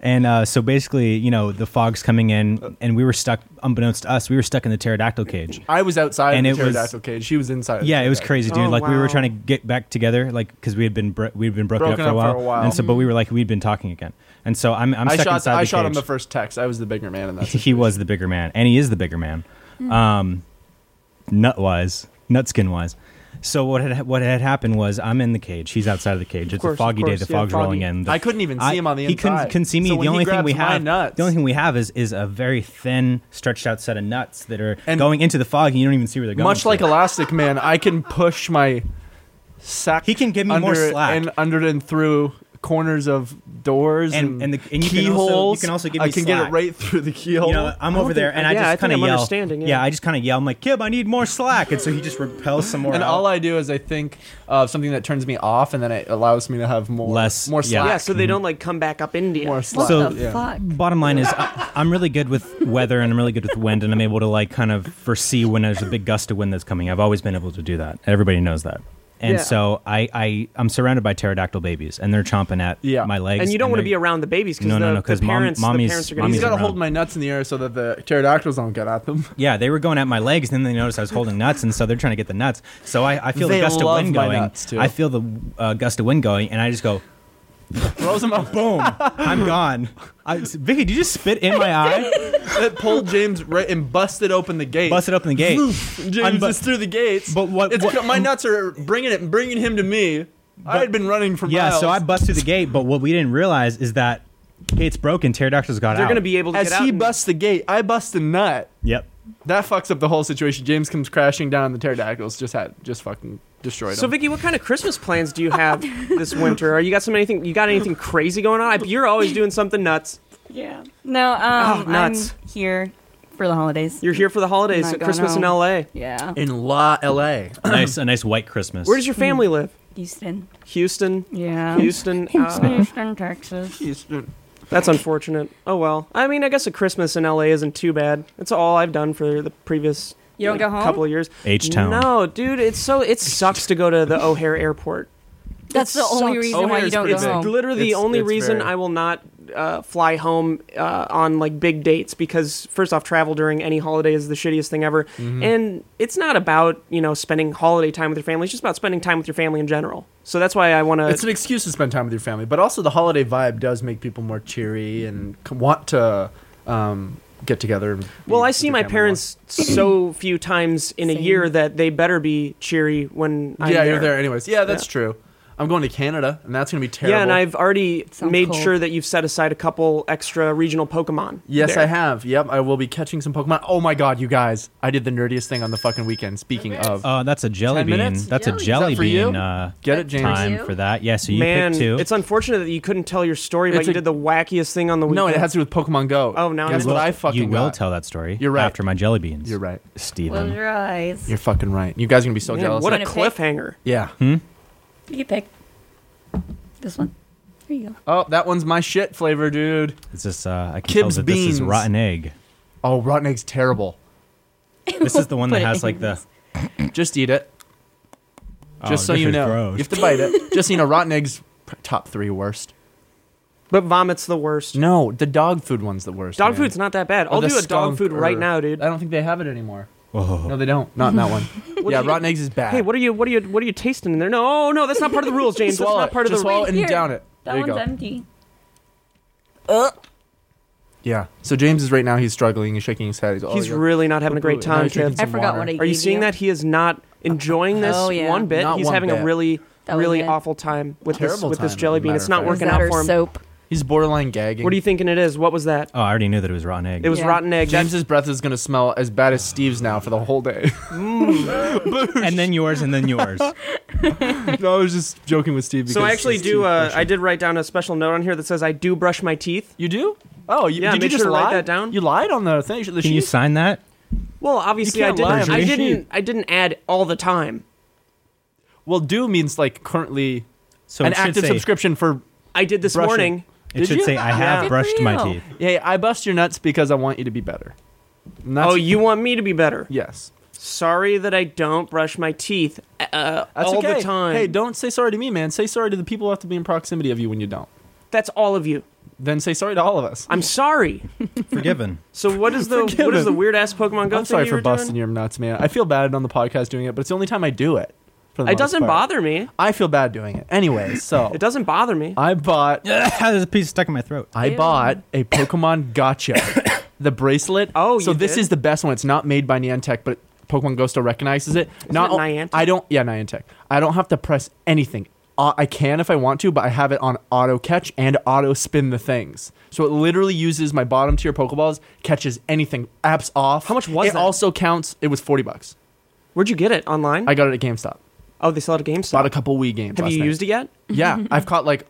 and uh, so basically, you know, the fog's coming in, and we were stuck. Unbeknownst to us, we were stuck in the pterodactyl cage.
I was outside
And
the
it was-
pterodactyl cage. She was inside.
Yeah, it was
Okay.
crazy, dude.
Oh,
like we
wow.
were trying to get back together, like because we had been bro- we had been broken,
Broken
up, for, a
up for a while. Mm-hmm.
and so but we were like we'd been talking again, and so I'm I'm
i
stuck
shot.
inside
I
the
shot
cage.
him the first text. I was the bigger man in that.
he was the bigger man, and he is the bigger man,
Mm.
um, nut wise, nut skin wise. So what had what had happened was I'm in the cage. He's outside of the cage. It's a
course, of
foggy day.
course,
The
yeah,
fog's
foggy.
rolling in. The-
I couldn't even see him on the
he couldn't-
inside.
couldn't see me.
So
the
when he
only thing
grabs
we
my
have,
nuts-
the only thing we have is is a very thin, stretched out set of nuts that are
And-
going into the fog, and you don't even see where they're going.
Much like
to.
Elastic Man, I can push my sack.
He can give me more
under it
slack.
and under and through corners of doors
And-
and
and the- and you can also- you
keyholes.
can also give
I
me
can get
slack.
it right through the keyhole.
you know, I'm
I don't
over there,
think-
and
yeah, I
I
think
just kind of
I'm
yell.
understanding, yeah.
I just kind of yell. I'm like, Kib, I need more slack, and so he just repels some more.
and
out.
all I do is I think of something that turns me off, and then it allows me to have more
Less-
more
yeah.
slack.
Yeah, so they
Mm-hmm.
don't like come back up India.
more slack.
So-
the
yeah.
fuck?
Bottom line is, I, I'm really good with weather and I'm really good with wind, and I'm able to like kind of foresee when there's a big gust of wind that's coming. I've always been able to do that. Everybody knows that. And
Yeah.
so I, I I'm surrounded by pterodactyl babies, and they're chomping at
Yeah.
my legs.
and you don't want to
they're-
be around the babies because
No,
the,
no, no,
the
'cause mom-
parents,
mommy's-
the parents are going
mommy's
He's
to
got to
around.
hold my nuts in the air so that the pterodactyls don't get at them.
Yeah, they were going at my legs, and then they noticed I was holding nuts, and so they're trying to get the nuts. So I, I feel
They
the gust of
love
wind
my
going.
nuts, too.
I feel the uh, gust of wind going, and I just go
Throws them up.
boom. I'm gone. I, Vicky, did you just spit in my eye?
it pulled James right and busted open the gate.
Busted open the gate.
James
Unbu-
is through the gates.
But what-
It's,
what-
my nuts are bringing it, bringing him to me. I had been running from
Yeah,
miles.
so I busted the gate, but what we didn't realize is that gate's broken. Pterodactyls got
They're
out.
going to be able to
as
get out.
he
and-
busts the gate, I bust a nut.
Yep.
That fucks up the whole situation. James comes crashing down. The pterodactyls just had just fucking destroyed
so
him.
Vicky, what kind of Christmas plans do you have this winter? Are you got some anything? You got anything crazy going on? I, you're always doing something nuts.
Yeah. No, um,
Oh, nuts.
I'm here for the holidays.
You're here for the holidays,
Not
at
going
Christmas in
home.
L.A.
yeah.
in La L.A.
nice, a nice white Christmas.
Where does your family live?
Houston.
Houston,
Hmm. Yeah.
Houston. uh,
Houston, Texas.
That's unfortunate. Oh well. I mean, I guess a Christmas in LA isn't too bad. That's all I've done for the previous
You don't
like,
go home?
couple of years.
H-Town.
No, dude, it's so it sucks to go to the O'Hare Airport.
That's the only
sucks.
reason why
O'Hare
you
is
don't go
pretty big.
home.
Literally, the
It's-
only
it's
reason
very-
I will not uh, fly home uh, on like big dates because first off, travel during any holiday is the shittiest thing ever, and it's not about you know spending holiday time with your family. It's just about spending time with your family in general. So that's why I want
It's
to.
an excuse to spend time with your family, but also the holiday vibe does make people more cheery and c- want to um, get together. and be
Well, I
with
see
your
my
family
parents so few times in a
Same.
year that they better be cheery when
more.
I'm
Yeah,
there.
you're there anyways. Yeah, that's
Yeah.
true. I'm going to Canada, and that's going to be terrible.
Yeah, and I've already
sounds
made
cold.
sure that you've set aside a couple extra regional Pokemon.
Yes,
there.
I have. Yep, I will be catching some Pokemon. Oh my god, you guys! I did the nerdiest thing on the fucking weekend. Speaking of,
Uh, that's a jelly
Ten
bean.
minutes?
That's
Jelly.
a
Is
jelly
that for you?
bean uh,
get it, James.
time
you?
for that. Yeah, so you
Man,
picked two.
it's unfortunate that you couldn't tell your story, but
It's
you
a-
did the wackiest thing on the
No,
weekend.
it has to do with Pokemon Go.
Oh, now I
guess
know.
what
Well,
I fucking
you will
got.
tell that story.
You're right.
After my jelly beans.
You're right.
Steven.
Close your eyes.
You're fucking right. You guys are gonna be so
Man,
jealous.
what a
Wanna pick?
cliffhanger.
yeah.
Hmm?
You pick. This one. There you go.
Oh, that one's my shit flavor, dude.
It's just, uh, I can
Kib's
tell that this
beans.
is rotten egg.
Oh, rotten egg's terrible.
This is the one that
Put it
has
in
like the.
this.
Just eat it. Just so
Oh, this
you
is
know,
gross.
you have to bite it. Just so you know, rotten eggs p- top three worst.
But vomit's the worst.
No, the dog food one's the worst.
Dog
man.
food's not that bad.
Or
I'll
the
do a dog
skunk
food right
or-
now, dude.
I don't think they have it anymore.
Whoa.
No, they don't. Not in that one. yeah,
do you-
rotten eggs is bad.
Hey, what are you? What are you? What are you tasting in there? No, oh, no, that's not part of the rules, James. that's
Swallow
not
it.
part of
Just
the
swallow
rules.
it and
Here.
down it.
That
there you
one's
go.
empty.
Yeah. So James is right now. He's struggling. He's shaking his head. He's, oh,
He's
yeah.
really not having a great
Now
time,
he's drinking
Kip.
I
some
forgot
water.
what I
Are you
gave
seeing that he is not enjoying this
Oh, yeah.
one bit?
Not
He's
one
having
bit.
a really,
That was
really
it.
awful time with this
Terrible
with this
time,
jelly
as a
bean.
matter
It's
of
not
fact.
working
Is that
out
our
for him.
soap?
He's borderline gagging.
What do you thinking it is? What was that?
Oh, I already knew that it was rotten egg.
It was
Yeah.
rotten egg.
James's breath is gonna smell as bad as Steve's now for the whole day.
and then yours, and then yours.
no, I was just joking with Steve.
so I
because
actually
it's
do.
too
Uh, I
pressured.
did write down a special note on here that says I do brush my teeth.
You do? Oh, you,
Yeah,
did you
make
just
sure to
lie?
write that down.
You lied on the thing. The
Can you
sheet?
sign that?
Well, obviously I
can't lie
didn't.
on
I
the
didn't.
sheet.
I didn't add all the time.
well, do means like currently
So
an
it should
active
say-
subscription for.
I did this
Brushing.
morning.
It
Did
should
you?
say, I
Yeah.
have
Good for
brushed my
you.
teeth.
Hey, I bust your nuts because I want you to be better. And that's-
Oh, you want me to be better?
Yes.
Sorry that I don't brush my teeth uh,
That's
all
okay.
the time.
Hey, don't say sorry to me, man. Say sorry to the people who have to be in proximity of you when you don't.
That's all of you.
Then say sorry to all of us.
I'm sorry.
Forgiven.
So what is the what is the weird ass Pokemon Go
I'm
thing
sorry
you
for
were
busting
doing?
your nuts, man. I feel bad on the podcast doing it, but it's the only time I do it. for the
It
most
doesn't
part.
bother me.
I feel bad doing it. Anyway, so
It doesn't bother me.
I bought
There's a piece stuck in my throat.
I
Ew.
bought a Pokemon Gotcha, the bracelet.
Oh,
so
you
this
did?
is the best one. It's not made by Niantic, but Pokemon Go still recognizes it. not
it Niantic?
I don't. Yeah, Niantic. I don't have to press anything. Uh, I can if I want to, but I have it on auto catch and auto spin the things. So it literally uses my bottom tier Pokeballs, catches anything, apps off.
How much was
it?
that?
Also counts. It was forty bucks.
Where'd you get it online?
I got it at GameStop.
oh, they sell it at
Bought
GameStop.
a couple Wii games.
Have you used it yet?
Yeah, I've caught like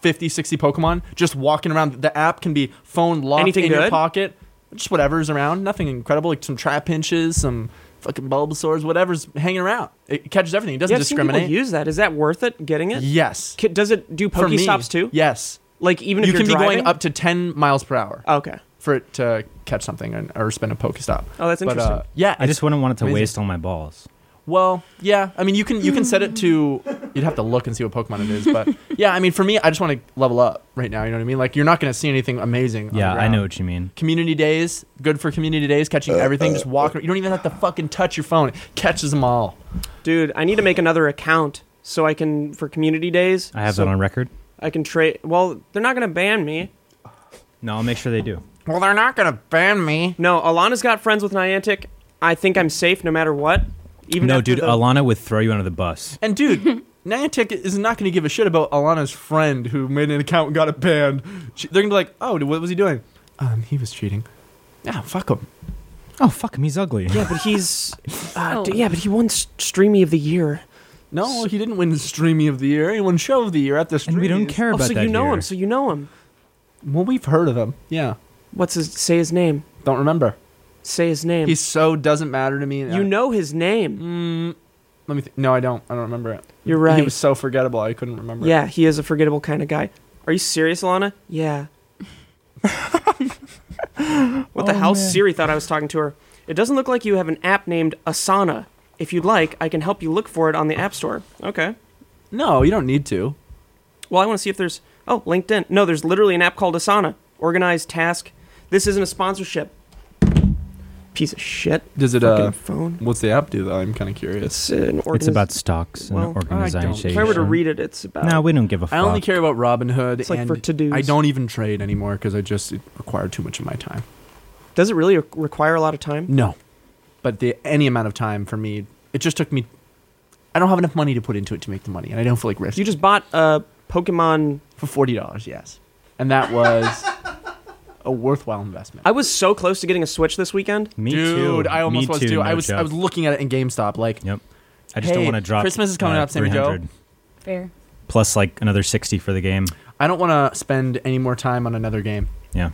50, 60 Pokemon just walking around. The app can be phone locked
Anything
in your
good?
pocket, just whatever's around. Nothing incredible, like some trap pinches, some fucking Bulbasaur's, whatever's hanging around. It catches everything. It doesn't
yeah, I've seen people
discriminate.
use that. Is that worth it? Getting it?
yes,
Ki- Does it do
for me,
Pokestops too?
Yes,
Like even if
you
you're
can be
driving?
going up to ten miles per hour
Oh, okay.
for it to catch something and, or spin a Pokestop.
Oh, that's
But, uh,
interesting.
yeah,
I
it's-
just wouldn't want it to
amazing.
waste all my balls.
Well, yeah. I mean, you can you can set it to. You'd have to look and see what Pokemon it is, but yeah. I mean, for me, I just want to level up right now. You know what I mean? Like, you're not going to see anything amazing. on
Yeah,
the
I
ground.
know what you mean.
Community days, good for community days. Catching everything, just walking. You don't even have to fucking touch your phone. It catches them all.
Dude, I need to make another account so I can for community days.
I have
so
that on record.
I can trade. Well, they're not gonna ban me.
No, I'll make sure they do.
Well, they're not going to ban me.
No, Alana's got friends with Niantic. I think I'm safe no matter what. Even
No,
after
dude,
the-
Alana would throw you under the bus.
And dude, Niantic is not going to give a shit about Alana's friend who made an account and got it banned. She, they're going to be like, oh, what was he doing? Um, he was cheating. Yeah, Ah, fuck him.
Oh, fuck him. He's ugly.
Yeah, but he's. Uh,
Oh.
d- Yeah, but he won S- Streamy of the Year.
No, he didn't win Streamy of the Year. He won Show of the Year at the
And we don't
Streamies.
care
Oh,
about
so
that.
you know
here.
him. So you know him.
Well, we've heard of him. Yeah.
What's his? Say his name.
Don't remember.
Say his name.
He so doesn't matter to me.
you know his
Mm-hmm.
name.
Mm, let me. Th- no, I don't. I don't remember it.
You're
He
right.
was so forgettable. I couldn't remember.
Yeah, he is a forgettable kind of guy. Are you serious, Alana? Yeah. what the
Oh,
hell?
man.
Siri thought I was talking to her. It doesn't look like you have an app named Asana. If you'd like, I can help you look for it on the App Store. Okay.
It. No, you don't need to.
Well, I want to see if there's. Oh, LinkedIn. No, there's literally an app called Asana. Organized task. This isn't a sponsorship. Piece of shit.
Does it?
Fucking
Uh,
phone.
what's the app do though? I'm kind of curious.
It's an organiz-
It's about stocks
Well, I
and
don't
organization.
If I were to read it, it's about.
no, we don't give a fuck.
I only care about Robinhood.
It's like
and
for to-dos.
I don't even trade anymore because I just it required too much of my time.
Does it really re- require a lot of time?
No, but the any amount of time for me, it just took me. I don't have enough money to put into it to make the money, and I don't feel like risk.
You just bought a Pokemon
for forty dollars, yes, and that was a worthwhile investment.
I was so close to getting a Switch this weekend.
Me
Dude,
too.
I
Me
almost was
too.
too.
no
I was I
joke.
was looking at it in GameStop, like
Yep. I just don't
Hey,
want to drop.
Christmas is coming
uh,
up, Sammy Joe.
300,
Fair.
Plus, like another sixty for the game.
I don't want to spend any more time on another game.
Yeah.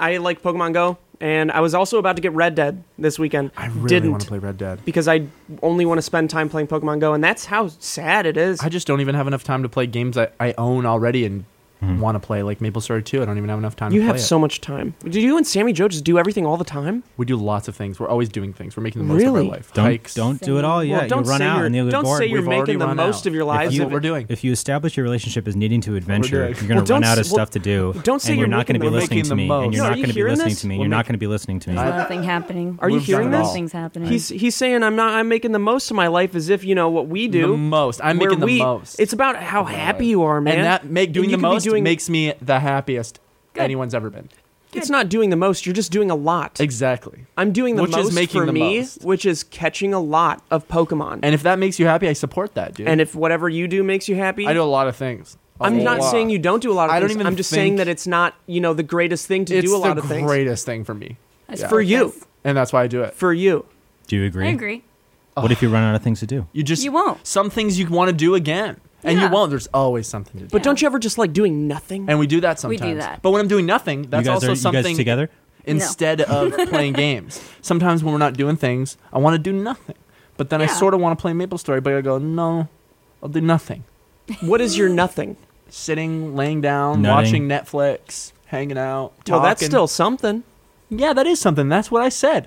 I like Pokemon Go, and I was also about to get Red Dead this weekend.
I really
Didn't.
want to play Red Dead.
Because I only want to spend time playing Pokemon Go, and that's how sad it is.
I just don't even have enough time to play games I, I own already and want to play, like MapleStory 2. I don't even have enough time
you
to play
have
it.
so much time. Do you and Sammy Joe just do everything all the time?
we do lots of things. We're always doing things. We're making the most of
Really?
our life.
Don't
Hikes.
don't do it all yet.
well, don't
you run
say
out
you're,
and you'll get
don't
bored.
say you're
We've already
making the
run
most
out.
of your
If
lives.
That's
you-
what we're doing.
if you establish your relationship as needing to adventure, you're
doing.
going to
Well, don't
run out of
s- well,
stuff to do.
don't say
and you're
you're
not going to be
making the-
listening
making
to
the
me, and
most.
you're
No, are
not
you
going to be
hearing
listening
this?
to me, and
We're
you're not
making-
going to be listening to me.
I-
Nothing happening.
Are you
We've done
hearing
it
this?
all.
Nothing's happening.
He's he's saying I'm not. I'm making the most of my life as if you know what we do.
The most. I'm
where
making the
we-
most.
It's about how
my
happy
life.
you are, man.
and that make doing
you
the
could be
most
doing-
makes me the happiest anyone's ever been.
It's not doing the most. You're just doing a lot.
Exactly.
I'm doing the
Which is
most
making
for
the
me,
most.
which is catching a lot of Pokemon. And,
And if that makes you happy, I support that, dude.
if whatever you do makes you happy,
I do a lot of things. i
I'm not saying you don't do a lot of
I
things.
don't even
I'm just
think-
saying that it's not, you know, the greatest thing to do a lot
the
of things.
greatest thing for me,
That's
for you.
focus.
and that's why I do it.
For you.
Do you agree?
I agree.
What if you run out of things to do?
You just
You won't.
Some things you want to do again, and you
Yeah.
won't. There's always something to do.
But
Yeah.
don't you ever just like doing nothing?
and we do that
We
sometimes.
do that.
But when I'm doing nothing,
you
that's
guys
also
are you
something
guys together?
instead of playing games. Sometimes when we're not doing things, I want to do nothing. But then I
Yeah.
sort of want to play Maple Story, but I go, no, I'll do nothing.
what is your nothing?
sitting, laying down,
Nutting.
watching Netflix, hanging out, talking.
Well, that's still something.
yeah, that is something. That's what I said.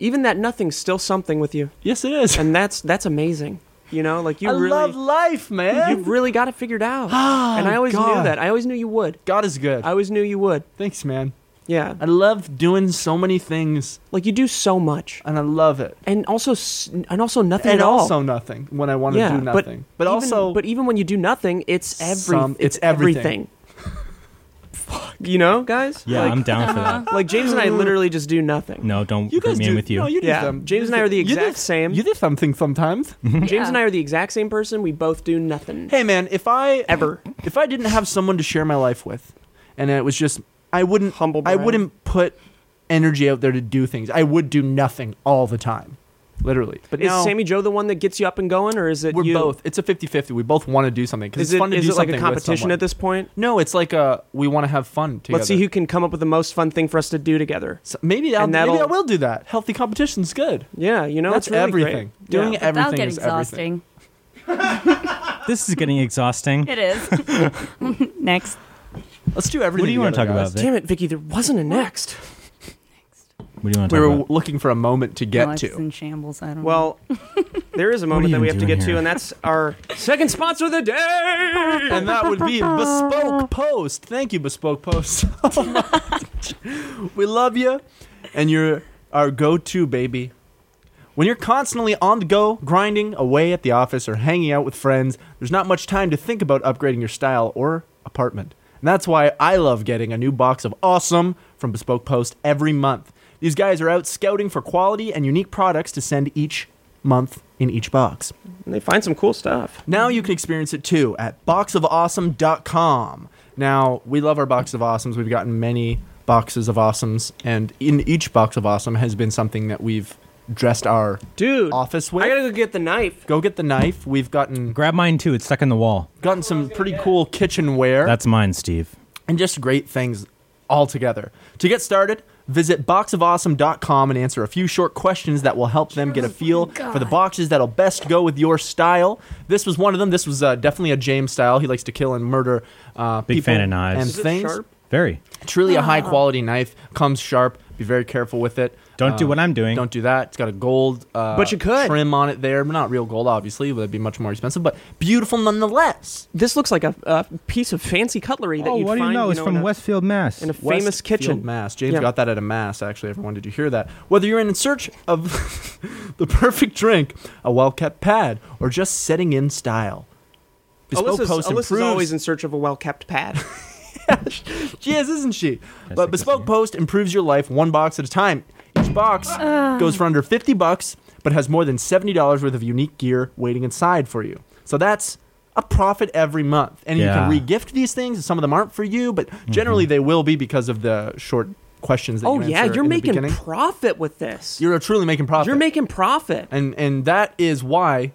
Even that nothing's still something with you,
Yes, it is.
and that's that's amazing. You know, like you
I
really
love life, man.
you've really got it figured out. and I always knew
Ah, God.
that. I always knew you would.
God is good.
I always knew you would.
Thanks, man.
Yeah.
I love doing so many things,
Like you do so much.
and I love it.
And also s- and also nothing
And
at all.
also nothing when I want to do
but
nothing. But,
even-
also,
but even when you do nothing, it's every
Some-
it's,
it's everything.
everything. Fuck, you know, guys.
Yeah,
like,
I'm down for that.
like James and I literally just do nothing.
No, don't
you
put
guys
me
do,
in with you.
No, you do
Yeah.
some- you
James and I
do-
are the
you do-
exact same.
You do something sometimes.
James
Yeah.
and I are the exact same person. We both do nothing.
hey, man, if I
Ever.
if I didn't have someone to share my life with, and it was just I wouldn't
Humble
I
brag.
wouldn't put energy out there to do things. I would do nothing all the time, literally. But
Is
now
Sammy Joe the one that gets you up and going, or is it
we're
you?
both. It's a 50-50. We both want to do something because
Is
it's
it,
fun to
is
do
it like
something
a
with
competition
someone.
at this point?
No, it's like a we want to have fun together.
Let's see who can come up with the most fun thing for us to do together.
So maybe that
And that'll-
maybe I will do that. Healthy competition's good.
Yeah, you know,
That's
it's really great.
everything. Doing
Yeah.
That'll
everything
get
is
exhausting.
This is getting exhausting.
It is. Next.
everything. Let's do everything.
What do you want to talk
together,
about?
guys.
Vic?
Damn it, Vicky, there wasn't a next.
What do you want to
We
talk
were
about?
looking for a moment to get
Alex
to.
in shambles. I don't know.
Well, there is a moment
you
that we have
even
to get
doing
to,
here?
and that's our second sponsor of the day.
And that would be Bespoke Post. Thank you, Bespoke Post. so much. we love you, and you're our go-to baby. When you're constantly on the go, grinding away at the office or hanging out with friends, there's not much time to think about upgrading your style or apartment. And that's why I love getting a new box of awesome from Bespoke Post every month. These guys are out scouting for quality and unique products to send each month in each box.
And they find some cool stuff.
Now you can experience it too at boxofawesome.com. Now, we love our box of awesomes. We've gotten many boxes of awesomes, and in each box of awesome has been something that we've dressed our
Dude,
office with.
I gotta go get the knife.
Go get the knife. We've gotten
Grab mine too. It's stuck in the wall.
gotten some pretty cool kitchenware
That's mine, Steve.
and just great things all together. To get started, visit boxofawesome.com and answer a few short questions that will help them
Oh
get a feel for the boxes that'll best go with your style. This was one of them. This was uh, definitely a James style. He likes to kill and murder uh,
Big
people
fan of knives.
and
Is
it
things.
sharp? Ah.
Very.
Truly a high quality knife. Comes sharp. Be very careful with it.
Don't do
Uh,
what I'm doing.
Don't do that. It's got a gold uh,
But you could.
trim on it there. Not real gold, obviously. That'd be much more expensive, but beautiful nonetheless.
This looks like a, a piece of fancy cutlery that
oh,
you'd
what do
find
you know? It's
in
from
a-
Westfield, Mass.
in a famous
Westfield
kitchen.
Mass. James
Yeah.
got that at a mass. Actually, everyone, did you hear that? Whether you're in search of the perfect drink, a well-kept pad, or just setting in style, Bespoke
Alyssa's,
Post
Alyssa's
improves.
always in search of a well-kept pad.
she is, isn't she?
take
But
this
Bespoke Post improves your life one box at a time. Each box goes for under fifty bucks, but has more than seventy dollars worth of unique gear waiting inside for you. So that's a profit every month, and
Yeah.
you can regift these things. Some of them aren't for you, but generally they will be because of the short questions that
oh
you
yeah,
answer
you're
in the
making
beginning.
profit with this.
You're truly making profit.
You're making profit.
and and that is why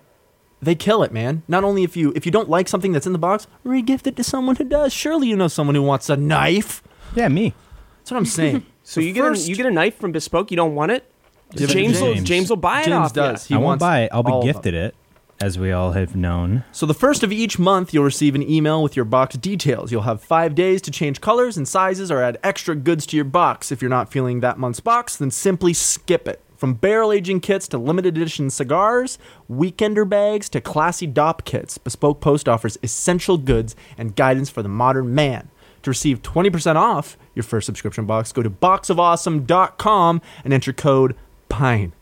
they kill it, man. Not only if you if you don't like something that's in the box, regift it to someone who does. Surely you know someone who wants a knife.
yeah, me.
That's what I'm saying.
So you get
first,
a, you get a knife from Bespoke. You don't want it.
it
James,
to
will
James.
James will buy it
James
off ya.
does. He
I won't
wants
buy it. I'll
all
be
of them.
gifted it, as we all have known.
So the first of each month, you'll receive an email with your box details. You'll have five days to change colors and sizes or add extra goods to your box. If you're not feeling that month's box, then simply skip it. From barrel aging kits to limited edition cigars, weekender bags to classy DOP kits, Bespoke Post offers essential goods and guidance for the modern man. To receive 20% off your first subscription box, go to boxofawesome.com and enter code PINE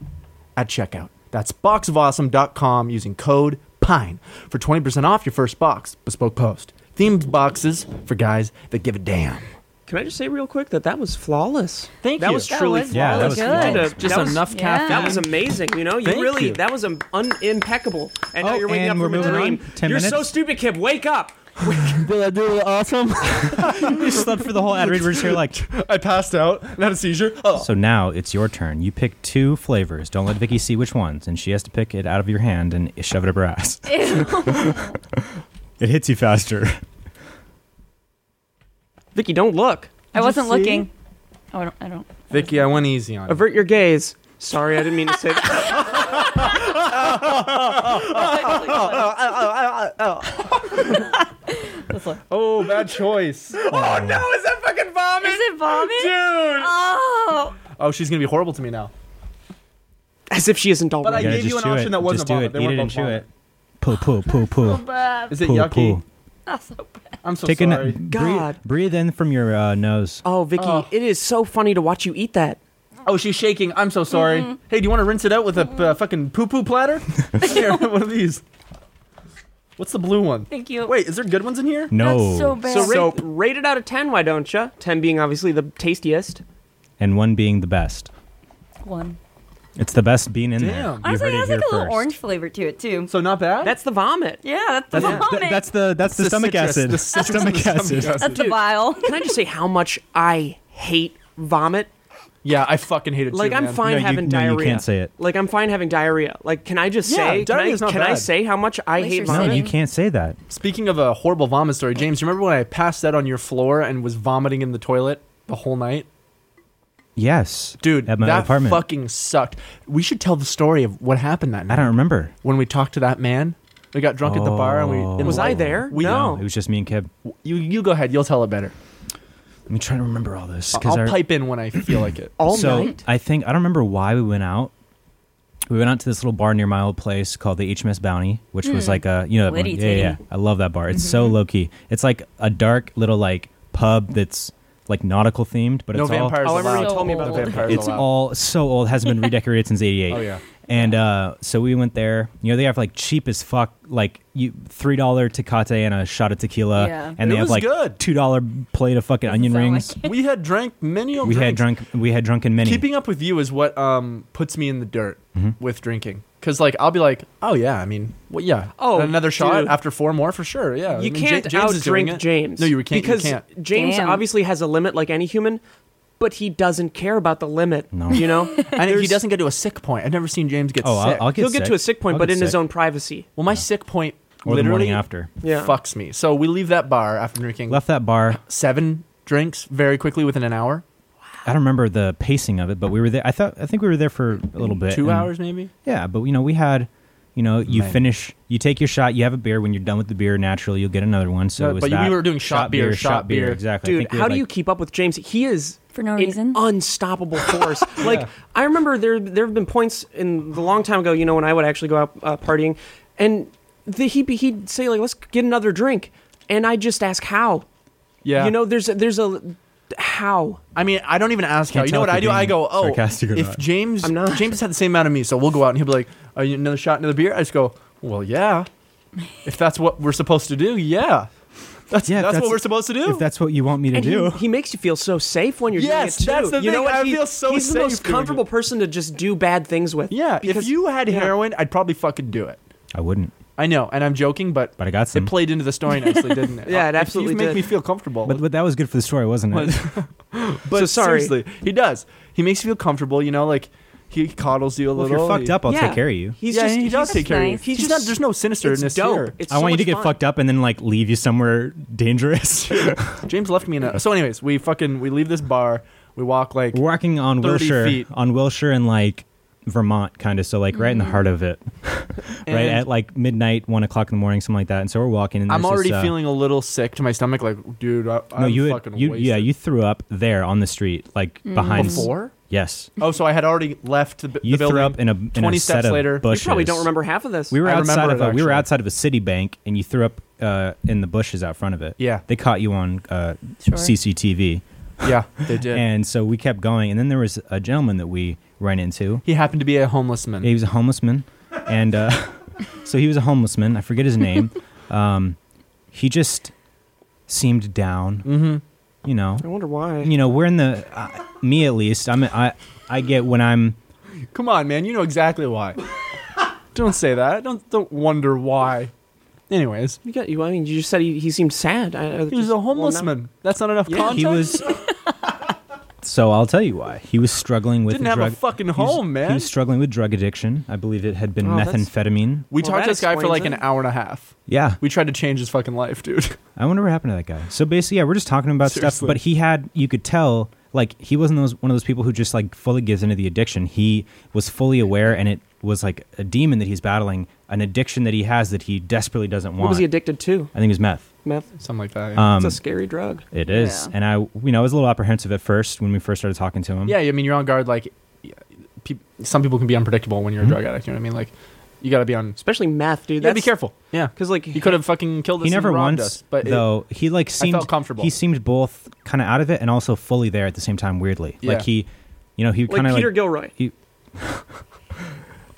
at checkout. That's boxofawesome.com using code PINE for 20% off your first box, Bespoke Post. Themed boxes for guys that give a damn.
Can I just say real quick that that was flawless?
Thank
that
you.
Was
That
truly
was
Yeah, that was
flawless.
good.
You did a-
flawless.
Just
that was-
enough
yeah.
caffeine.
That was amazing. You know, you
Thank
really
you.
that was um, un- impeccable. And now
Oh,
you're waking
and
up
we're
from a
moving
dream.
on? 10
you're so
minutes?
stupid, kid. Wake up.
Did I do awesome?
You slept for the whole ad read. We're just here like.
I passed out and had a seizure. Oh.
So now it's your turn. You pick two flavors. Don't let Vicky see which ones, and she has to pick it out of your hand and shove it up her ass. it hits you faster.
Vicky, don't look.
I wasn't
see?
looking. Oh, I don't. I don't.
Vicky, I went easy on you.
Avert your gaze. Sorry, I didn't mean to say that.
Oh, That's Tesla.
Oh, bad choice. oh no, is that fucking vomit?
Is it vomit?
Dude.
Oh,
Oh, she's gonna be horrible to me now.
As if she isn't
But I
You
already.
gotta
gave you
just
an
chew
option
it.
that wasn't
just do
vomit.
it.
They
Eat
were
it and
both
chew
vomit.
it. Poo poo poo poo.
Bob.
Is it
Poo,
yucky?
poo.
Not so bad.
I'm so
Take a
sorry.
n- breathe-
God.
Breathe in from your uh, nose.
Oh, Vicky, it is so funny to watch you eat that.
oh, she's shaking. I'm so sorry.
Mm-hmm.
Hey, do you want to rinse it out with a uh, fucking poo poo platter? here, one of these. What's the blue one?
Thank you.
Wait, is there good ones in here?
No.
That's so bad.
So ra-
So rate it out of 10, why don't you? 10 being obviously the tastiest.
And one being the best.
One.
It's the best bean in there.
Damn.
You
Honestly,
heard
it
it
has
here
like a little
first.
orange flavor to it too.
So not bad.
That's the vomit.
yeah, that's the
Th-
vomit.
that's the that's the,
The
stomach
citrus-
acid.
the
The
citrus
stomach
and the stomach
acid.
acid.
that's the bile.
Can I just say how much I hate vomit?
Yeah, I fucking hate it
Like
too.
I'm
man.
fine
No, you-
having
no, you
diarrhea.
can't say it.
Like I'm fine having diarrhea. Like can I just
Yeah,
say? Can I,
diarrhea's not
can I
bad.
say how much I
least
hate
you're
No,
Vomit.
you
vomit?
can't say that.
Speaking of a horrible vomit story, James, you remember when I passed out on your floor and was vomiting in the toilet the whole night?
Yes,
Dude,
at my
that
apartment.
fucking sucked. We should tell the story of what happened that night.
I don't remember.
When we talked to that man, we got drunk at the bar and we.
Oh.
and
Was I
like-
there?
We,
No.
Oh.
It was just me and Keb.
You you go ahead. You'll tell it better.
I'm trying to remember all this
I'll
our-
pipe in when I feel like it.
All
so
night.
I think I don't remember why we went out. We went out to this little bar near my old place called the HMS Bounty, which was like a you know that
Litty
one- yeah, yeah yeah.
Hmm. titty. Mm-hmm.
I love that bar. It's so low key. It's like a dark little like pub that's like nautical themed, but
No
it's all
vampires
Oh, I remember you
allowed.
So
told me about
old.
that.
Vampires
it's
allowed.
all so old hasn't been redecorated since 88
Oh, yeah.
and uh, so we went there you know they have like cheap as fuck like you three dollar tecate and a shot of tequila
Yeah.
and they
It
have
was
like
good.
two dollar plate of fucking onion
sound
rings
like
We had drank many.
we had drunk we had drunken many Mm-hmm.
Keeping up with you is what um puts me in the dirt with drinking. Cause like I'll be like, oh yeah, I mean, well yeah,
Oh,
another shot
dude.
after four more for sure. Yeah, Oh, I
You
mean, Ja-
can't
James is doing
outdrink
it.
James.
No, you can't.
Because
you can't.
James
Damn.
obviously has a limit like any human, but he doesn't care about the limit.
No.
You know?
And if he
There's-
doesn't get to a sick point, I've never seen James get
oh
sick.
I'll, I'll get
He'll get to a sick point,
I'll
but
get
in his
sick.
own privacy.
well, my sick point
or the
literally
morning after
Yeah.
fucks me. So we leave that bar after drinking
left that bar
seven drinks very quickly within an hour,
i don't remember the pacing of it but we were there i thought i think we were there for a little bit
two
and-
hours maybe.
Yeah, but you know, we had, you know, you
Man.
finish, you take your shot, you have a beer. When you're done with the beer, naturally, you'll get another one. So,
Yeah,
it was
but we
that
were doing shot beer, shot beer.
exactly. I
Dude,
think we
how
had,
do you
like-
keep up with James? He is
For no
an
reason.
unstoppable force. Like I remember there there have been points in the long time ago, you know, when I would actually go out uh, partying, and the, he'd be, he'd say like, "Let's get another drink," and I just ask how.
Yeah,
You know, there's a, there's a how.
I mean, I don't even ask how.
Can't
You know
tell
what
if
I do?
you're
I go,
being
oh,
sarcastic or
if
not.
James,
I'm not.
James has had the same amount of me, so we'll go out and he'll be like, "Are you another shot, another beer?" I just go, "Well, yeah, if that's what we're supposed to do, yeah, that's
Yeah, if
that's,
that's-
what we're supposed to do."
If that's what you want me to
And
do,
he, he makes you feel so safe when you're
Yes,
doing it
that's
too.
the
you know
thing,
what?
I
He-
feel so
he's the
safe
most
doing it.
comfortable person to just do bad things with.
yeah, if
because-
you had
yeah.
heroin, I'd probably fucking do it.
I wouldn't.
I know, and I'm joking, but
But I got some.
it played into the story nicely, didn't it?
Yeah, it
If you
absolutely
make
did.
me feel comfortable.
But, but that was good for the story, wasn't it?
But
So sorry.
seriously, he does. He makes you feel comfortable. You know, like he coddles you a
well, if
little.
you're fucked
He-
up, I'll
Yeah.
take care of you.
He's
yeah,
just
he does
he's-
take care of you.
nice.
He's,
He's
not.
just-
There's no sinisterness
It's dope.
here.
It's
I
so
want you to
much
get
fun.
fucked up and then like leave you somewhere dangerous.
James left me in a. So, anyways, we fucking we leave this bar. We walk like
We're walking on
30
Wilshire,
feet.
on Wilshire and like Vermont, kind of. So like right in the heart of it, right
Mm. And-
at like midnight, one o'clock in the morning, something like that. And so we're walking, and
I'm
there's
already
this, uh,
feeling a little sick to my stomach. Like, dude, I, I'm
No, you, had,
fucking
you
wasted.
yeah, you threw up there on the street, like behind
before.
Yes,
Oh, so I had already left the, b-
you
the building.
threw up in a in
20
a set
steps
of
later. You
bushes.
You probably don't remember half of this.
We were
I remember
outside of
it,
a, we were
actually.
outside of a city bank, and you threw up uh, in the bushes out front of it.
Yeah.
they caught you on uh,
Sure.
CCTV,
yeah, they did.
and so we kept going. And then there was a gentleman that we ran into.
he happened to be a homeless man.
He was a homeless man, and uh, so he was a homeless man. I forget his name. um, he just seemed down. Mm-hmm. You know,
I wonder why.
you know, we're in the uh, me at least. I'm I I get when I'm
Come on, man, you know exactly why. don't say that. Don't don't wonder why. Anyways,
You got you. I mean, you just said he, he seemed sad. I, I
he was a homeless man. That's not enough context.
he was. so I'll tell you why he was struggling with
Didn't have
drug,
a fucking
he was-
home, man.
He was struggling with drug addiction. I believe it had been
Oh, that's-
methamphetamine.
we
Well,
talked to
that
this guy for
explains
like an
it.
hour and a half.
Yeah,
We tried to change his fucking life, dude.
I wonder what happened to that guy. So basically, yeah, we're just talking about
Seriously.
stuff. But he had, you could tell, like he wasn't those one of those people who just like fully gives into the addiction. He was fully aware, and it was like a demon that he's battling, an addiction that he has that he desperately doesn't want.
What was he addicted to?
I think it was meth.
meth.
something like that. Yeah.
Um,
It's a scary drug.
it is,
Yeah.
and I, you know, I was a little apprehensive at first when we first started talking to him.
yeah, I mean, you're on guard. Like, y- peop some people can be unpredictable when you're
Mm-hmm.
a drug addict. You know what I mean? Like, you got to be on.
Especially meth, dude.
You got to be careful. Yeah,
Because like
he could have fucking killed us.
he never
and robbed
once,
us, but it-
though. he like seemed
comfortable.
He seemed both kind of out of it and also fully there at the same time. Weirdly,
Yeah.
like he, you know, he
like
kind of
Peter
like
Gilroy.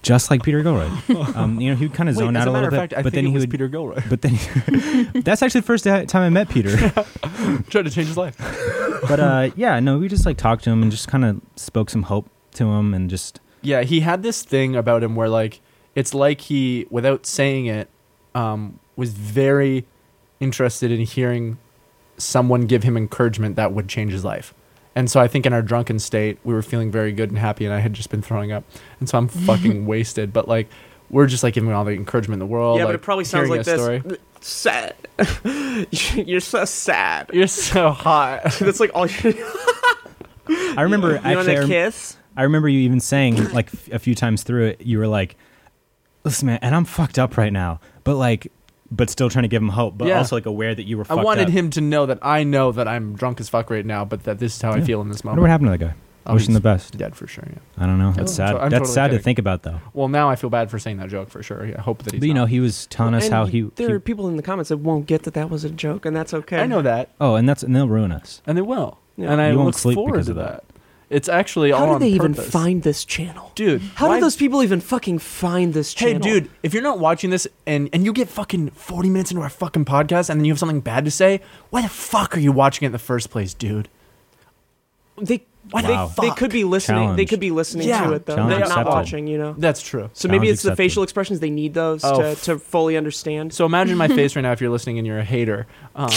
just like Peter Gilroy. um, you know, he would kind of
Wait,
zone
as
out
a
a little
matter of
bit,
fact, I
but
think
then
it
he
was
would.
Peter Gilroy
But then, that's actually the first ti- time I met Peter.
tried to change his life.
but uh, yeah, no, we just like talked to him and just kind of spoke some hope to him and just
Yeah, he had this thing about him where like it's like he, without saying it, um, was very interested in hearing someone give him encouragement that would change his life. And so I think in our drunken state, we were feeling very good and happy, and I had just been throwing up, and so I'm fucking wasted. But like, we're just like giving all the encouragement in the world.
yeah, but
like,
it probably sounds
hearing his
like this.
story.
Sad. You're so sad.
You're so hot.
That's like all you, you
I remember
want
actually I
a
rem-
kiss.
I remember you even saying like f- a few times through it, you were like, "Listen, man, and I'm fucked up right now, but like, but still trying to give him hope, but
Yeah.
also like aware that you were."
I
Fucked
wanted
up.
him to know that I know that I'm drunk as fuck right now, but that this is how I
Yeah.
feel in this
I wonder what
moment.
happened to that guy.
Oh,
Wish him the
he's
best.
Dead for sure. Yeah.
I don't know. That's
Oh.
sad.
So I'm
That's
totally
sad to
kidding.
think about, though.
Well, now I feel bad for saying that joke for sure. Yeah, I hope that he's.
But, you know,
not.
he was telling us
And
how he.
you- There
he-
are people in the comments that won't get that that was a joke, and that's okay.
I know that,
oh, and that's and they'll ruin us.
and they will,
Yeah.
and I
You won't
look
sleep
forward
because
to
of
that. It's actually all
How
on
did they even
purpose.
find this channel?
dude?
How
why-
did those people even fucking find this
Hey,
channel?
dude, if you're not watching this and and you get fucking 40 minutes into our fucking podcast and then you have something bad to say, why the fuck are you watching it in the first place, dude?
they
Why
Wow.
the fuck?
they could be listening. They
Challenged.
could be listening
Yeah.
to it though.
Challenge
They're not
accepted.
watching, you know.
That's true.
So maybe
Challenge
it's the
accepted.
facial expressions they need those
Oh,
to,
f-
to fully understand.
So imagine my face right now if you're listening and you're a hater. Um,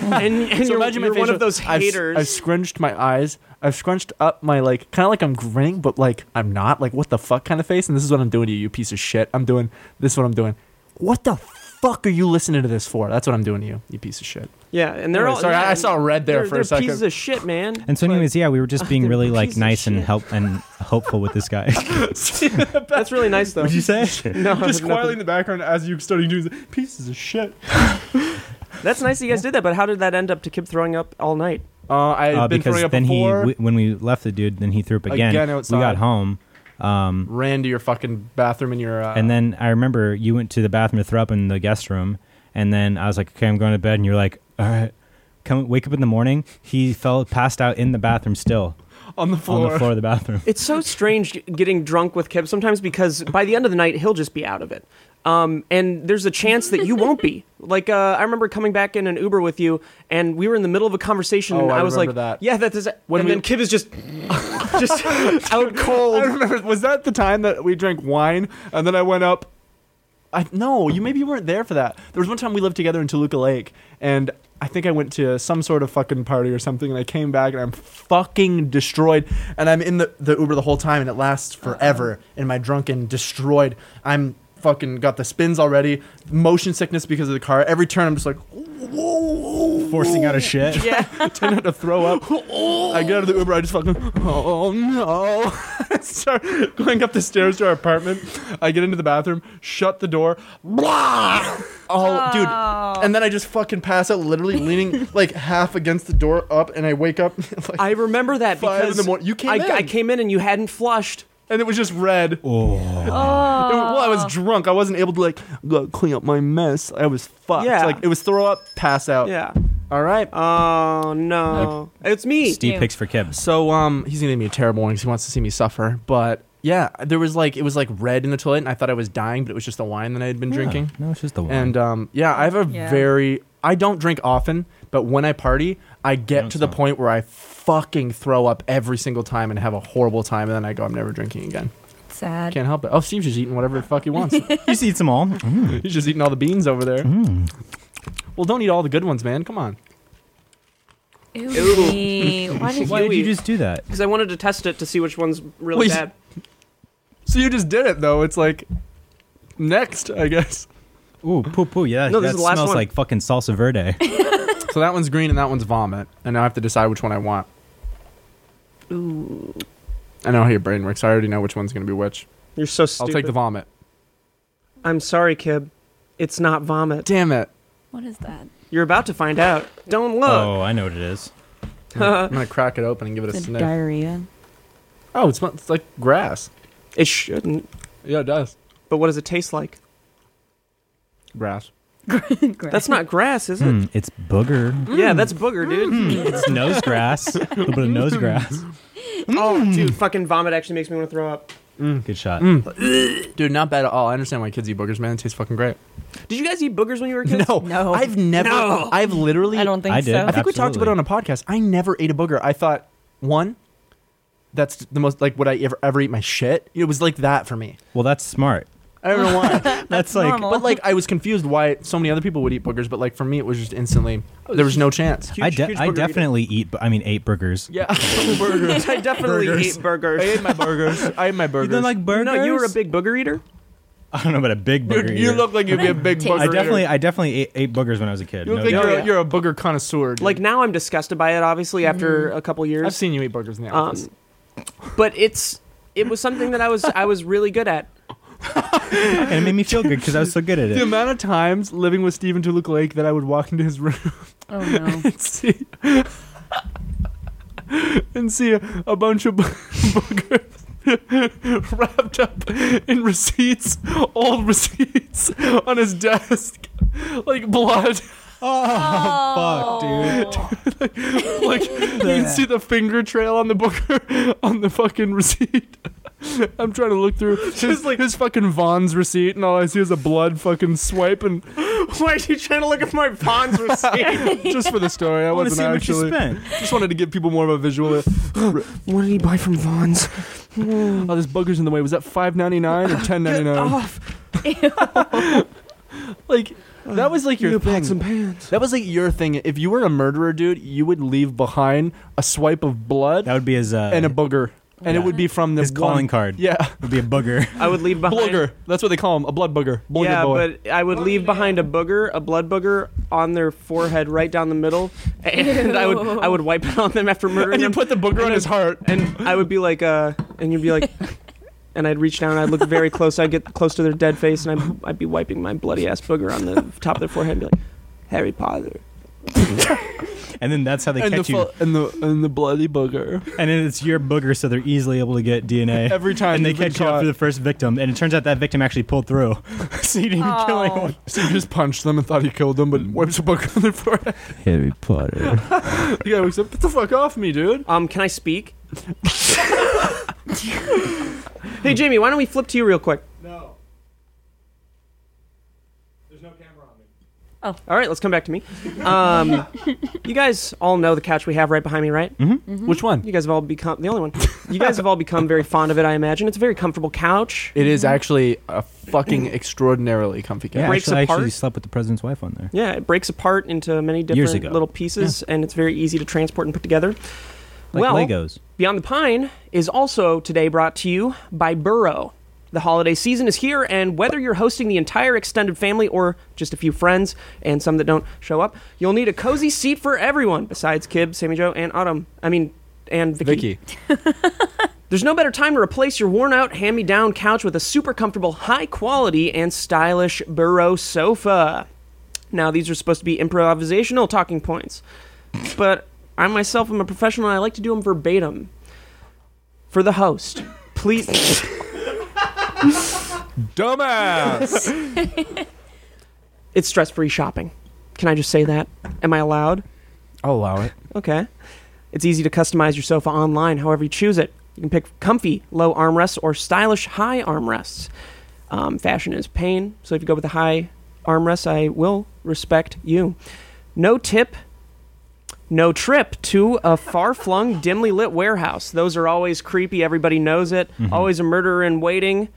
and and
So
you're,
imagine my
you're one
facial-
of those
I've-
haters.
I've, scrunched my eyes. I've scrunched up my like, kind of like I'm grinning, but like I'm not. Like what the fuck kind of face. And this is what I'm doing to you, you piece of shit. I'm doing this. Is what I'm doing. What the fuck are you listening to this for? That's what I'm doing to you, you piece of shit.
yeah, and they're
Anyway,
all
sorry,
yeah,
I- I saw red there
they're-
for a
they're
second.
Pieces of shit, man.
And so,
But
anyways, yeah, we were just being
they're
really like
pieces of
nice and
shit.
help and hopeful with this guy.
that's really nice though.
What'd you say?
No, nothing.
the background as you starting to do this, pieces of shit.
That's nice that you guys did that, but how did that end up to Kip throwing up all night?
Uh, I had
Uh,
been
because
throwing up
then he,
before.
w- when we left the dude, then he threw up again.
Again
we
outside.
got home, um,
ran to your fucking bathroom in your. Uh,
and then I remember you went to the bathroom to throw up in the guest room, and then I was like, "Okay, I'm going to bed," and you're like, "All right." Come wake up in the morning. He fell, passed out in the bathroom, still
on the floor.
on the floor of the bathroom.
It's so strange g- getting drunk with Kip sometimes because by the end of the night he'll just be out of it. Um, and there's a chance that you won't be. Like uh, I remember coming back in an Uber with you, and we were in the middle of a conversation,
Oh,
and
I
I, was
remember
like,
that.
"Yeah, that is."
When
and
we-
then Kip is just, just out cold.
I remember. Was that the time that we drank wine and then I went up? I no, you maybe you weren't there for that. There was one time we lived together in Toluca Lake, and I think I went to some sort of fucking party or something, and I came back and I'm fucking destroyed, and I'm in the, the Uber the whole time, and it lasts
Uh-huh.
forever. In my drunken destroyed, I'm fucking got the spins already, motion sickness because of the car. Every turn I'm just like, whoa,
forcing out a shit.
Yeah, Oh.
turned out to throw up. I get out of the Uber. I just fucking oh no! Start going up the stairs to our apartment. I get into the bathroom, shut the door. Blah! Oh, dude! And then I just fucking pass out, literally leaning like half against the door up, and I wake up. like,
I remember that
Five in
because
the morning- you came
I,
in.
I came in and you hadn't flushed.
and it was just red. Oh.
Oh,
well, I was drunk. I wasn't able to like go clean up my mess. I was fucked.
Yeah.
Like it was throw up, pass out.
Yeah.
All right.
Oh no, it's me.
Steve
Yeah.
picks for Kibs.
So um, he's gonna give me a terrible one because he wants to see me suffer. But yeah, there was like it was like red in the toilet, and I thought I was dying, but it was just the wine that I had been drinking.
No, it's just the one.
And um, yeah, I have a
Yeah.
very I don't drink often, but when I party, I get
don't
to the
sound-
point where I fucking throw up every single time and have a horrible time, and then I go, I'm never drinking again.
Sad.
Can't help it. Oh, Steve's just eating whatever the fuck he wants.
you just eats them all.
He's just eating all the beans over there. Well, don't eat all the good ones, man. Come on.
Ew.
Ew.
Why did
Why
you?
did you
eat-
just do that?
Because I wanted to test it to see which one's
Well,
really
you-
bad.
So you just did it though. It's like next, I guess.
Ooh, poo poo. Yeah,
No,
that
this is the last
smells
one.
like fucking salsa verde.
So that one's green and that one's vomit. And now I have to decide which one I want.
Ooh.
I know how your brain works. I already know which one's going to be which.
You're so stupid.
I'll take the vomit.
I'm sorry, Kib. It's not vomit.
Damn it.
What is that?
You're about to find out. Don't look.
Oh, I know what it is. Oh.
I'm gonna crack it open and give it a
It's
sniff.
diarrhea.
Oh, it smells like grass.
It shouldn't.
Yeah, it does.
But what does it taste like?
Grass.
That's not grass, is it?
Hmm, it's booger.
Yeah, that's booger, dude. Hmm.
It's nose grass. A little bit of nose grass. Hmm.
Oh, dude, fucking vomit actually makes me want to throw up.
Good shot.
Mm.
Dude, not bad at all. I understand why kids eat boogers, man. It tastes fucking great.
Did you guys eat boogers when you were kids?
No,
No.
I've never.
No.
I've literally.
I don't think
I did.
so.
I think we talked about it
Absolutely.
on a podcast. I never ate a booger. I thought one. That's the most like would I ever ever eat my shit? It was like that for me.
Well, that's smart.
I don't know why.
That's like
normal.
But like, I was confused why so many other people would eat boogers, but like for me, it was just instantly there was no chance.
I,
Huge-
de-
huge
I
booger eater.
definitely eat. bu- I mean, ate burgers.
Yeah, burgers.
I definitely
Burgers.
ate
I
burgers.
ate my burgers. I ate my burgers.
burgers?
No, you were a big booger eater.
I don't know about a big booger.
Dude, you
eater.
look like you'd be a big
I
booger.
I definitely,
eater.
I definitely e, ate, ate boogers when I was a kid.
You
no
look like
doubt.
you're,
yeah.
you're a booger connoisseur. Dude.
Like now, I'm disgusted by it.
Hmm.
Obviously, after a couple years,
I've seen you eat burgers in the
Um,
office.
but it's it was something that I was I was really good at.
and it made me feel good because I was so good at
the
it.
amount of times living with Stephen Tuluk Lake that I would walk into his room
Oh no.
and see and see a, a bunch of bo- boogers wrapped up in receipts, old receipts on his desk, like blood.
Oh, fuck, dude.
Like you can see the finger trail on the booger on the fucking receipt. I'm trying to look through his, like, his fucking Vaughn's receipt, and all I see is a blood fucking swipe, and
Why are you trying to look at my Vaughn's receipt?
just for the story, I
I want to
wasn't
see how much you
actually.
spent.
Just wanted to give people more of a visual.
what did he buy from Vaughn's?
Oh, this booger's in the way. Was that five ninety nine or ten ninety nine? Like that was like your thing.
pants.
that was like your thing. If you were a murderer, dude, you would leave behind a swipe of blood
That would be his uh,
and a booger, and it
Yeah.
would be from the
his calling
one-
card.
Yeah,
would be a booger.
I would leave behind.
blooger. That's what they call him. A blood booger. Blooger
yeah,
boy.
but I would leave behind a booger, a blood booger, on their forehead, right down the middle, and I would I would wipe it on them after murdering
and you
them.
put the booger on his heart.
and I would be like, uh, and you'd be like, and I'd reach down, I'd look very close, I'd get close to their dead face, and I'd, I'd be wiping my bloody ass booger on the top of their forehead and be like, Harry Potter.
And then that's how they
And the,
catch you.
fu- and the and the bloody booger.
and then it's your booger, so they're easily able to get DNA.
Every time
and they
you've been
catch you after
caught.
the first victim, and it turns out that victim actually pulled through, so you didn't even kill
Oh.
anyone.
So you just punched them and thought he killed them, but wipes a booger on their forehead.
Harry Potter.
The guy wakes up. Get the fuck off me, dude.
Um, can I speak? hey, Jamie, why don't we flip to you real quick?
No. There's no camera on me.
All right, let's come back to me. Um, you guys all know the couch we have right behind me, right?
Mm-hmm.
Which one?
You guys have all become the only one. You guys have all become very fond of it, I imagine. It's a very comfortable couch.
It is actually a fucking extraordinarily comfy
Yeah,
couch.
Breaks
actually, I
apart?
actually slept with the president's wife on there.
Yeah, it breaks apart into many
Years
different
ago.
little pieces, and it's very easy to transport and put together.
Like
well,
Legos.
Beyond the Pine is also today brought to you by Burrow. The holiday season is here, and whether you're hosting the entire extended family or just a few friends and some that don't show up, you'll need a cozy seat for everyone besides Kib, Sammy Joe, and Autumn. I mean, and Vicky.
Vicky.
There's no better time to replace your worn out, hand me down couch with a super comfortable, high quality, and stylish Burrow sofa. Now, these are supposed to be improvisational talking points, but I myself am a professional and I like to do them verbatim. For the host, please.
Dumbass.
it's stress free shopping. Can I just say that? Am I allowed?
I'll allow it.
Okay. It's easy to customize your sofa online however you choose it. You can pick comfy, low armrests or stylish, high armrests. Um, fashion is pain, so if you go with the high armrest, I will respect you. No tip, no trip to a far flung, dimly lit warehouse. Those are always creepy, everybody knows it. Always a murderer in waiting,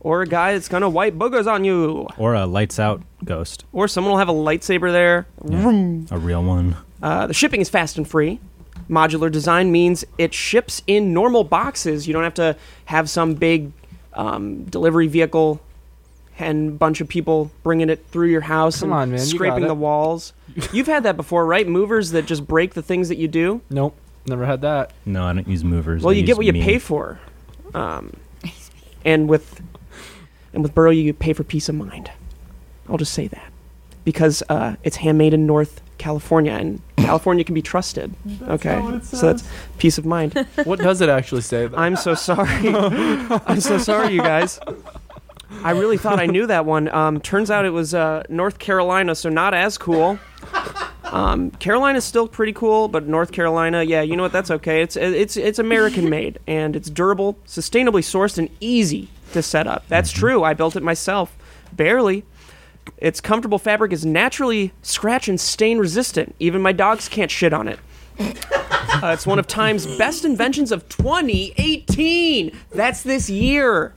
or a guy that's gonna wipe boogers on you,
Or a lights out ghost,
or someone will have a lightsaber there.
a real one.
Uh, the shipping is fast and free. Modular design means it ships in normal boxes. You don't have to have some big um, delivery vehicle and bunch of people bringing it through your house
Come
and
on, man, you
scraping
got it.
the walls. You've had that before, right? Movers that just break the things that you do.
Nope. Never had that.
No, I don't use movers.
Well,
I
you
use
get what you
me.
pay for, um, and with and with Burrow, you pay for peace of mind. I'll just say that because uh, it's handmade in North California, and California can be trusted. okay,
what it
so that's
says.
peace of mind.
What does it actually say? though?
I'm so sorry. I'm so sorry, you guys. I really thought I knew that one. Um, turns out it was uh, North Carolina, so not as cool. Um, Carolina's still pretty cool, but North Carolina, yeah, you know what? That's okay. It's it's it's American made and it's durable, sustainably sourced, and easy to set up. That's true. I built it myself, barely. Its comfortable fabric is naturally scratch and stain resistant. Even my dogs can't shit on it. Uh, it's one of Time's best inventions of 2018. That's this year.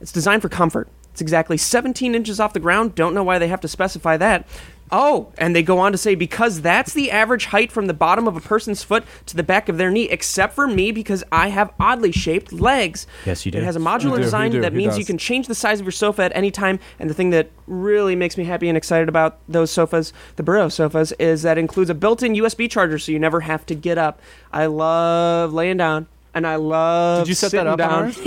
It's designed for comfort. It's exactly 17 inches off the ground. Don't know why they have to specify that. Oh, and they go on to say because that's the average height from the bottom of a person's foot to the back of their knee, except for me because I have oddly shaped legs.
Yes, you do.
It has a
You do,
modular
you
design
do,
that
he
means
does.
you can change the size of your sofa at any time. And the thing that really makes me happy and excited about those sofas, the Burrow sofas, is that includes a built-in USB charger, so you never have to get up. I love laying down, and I love.
Did you set that
sitting
up
down.
on ours?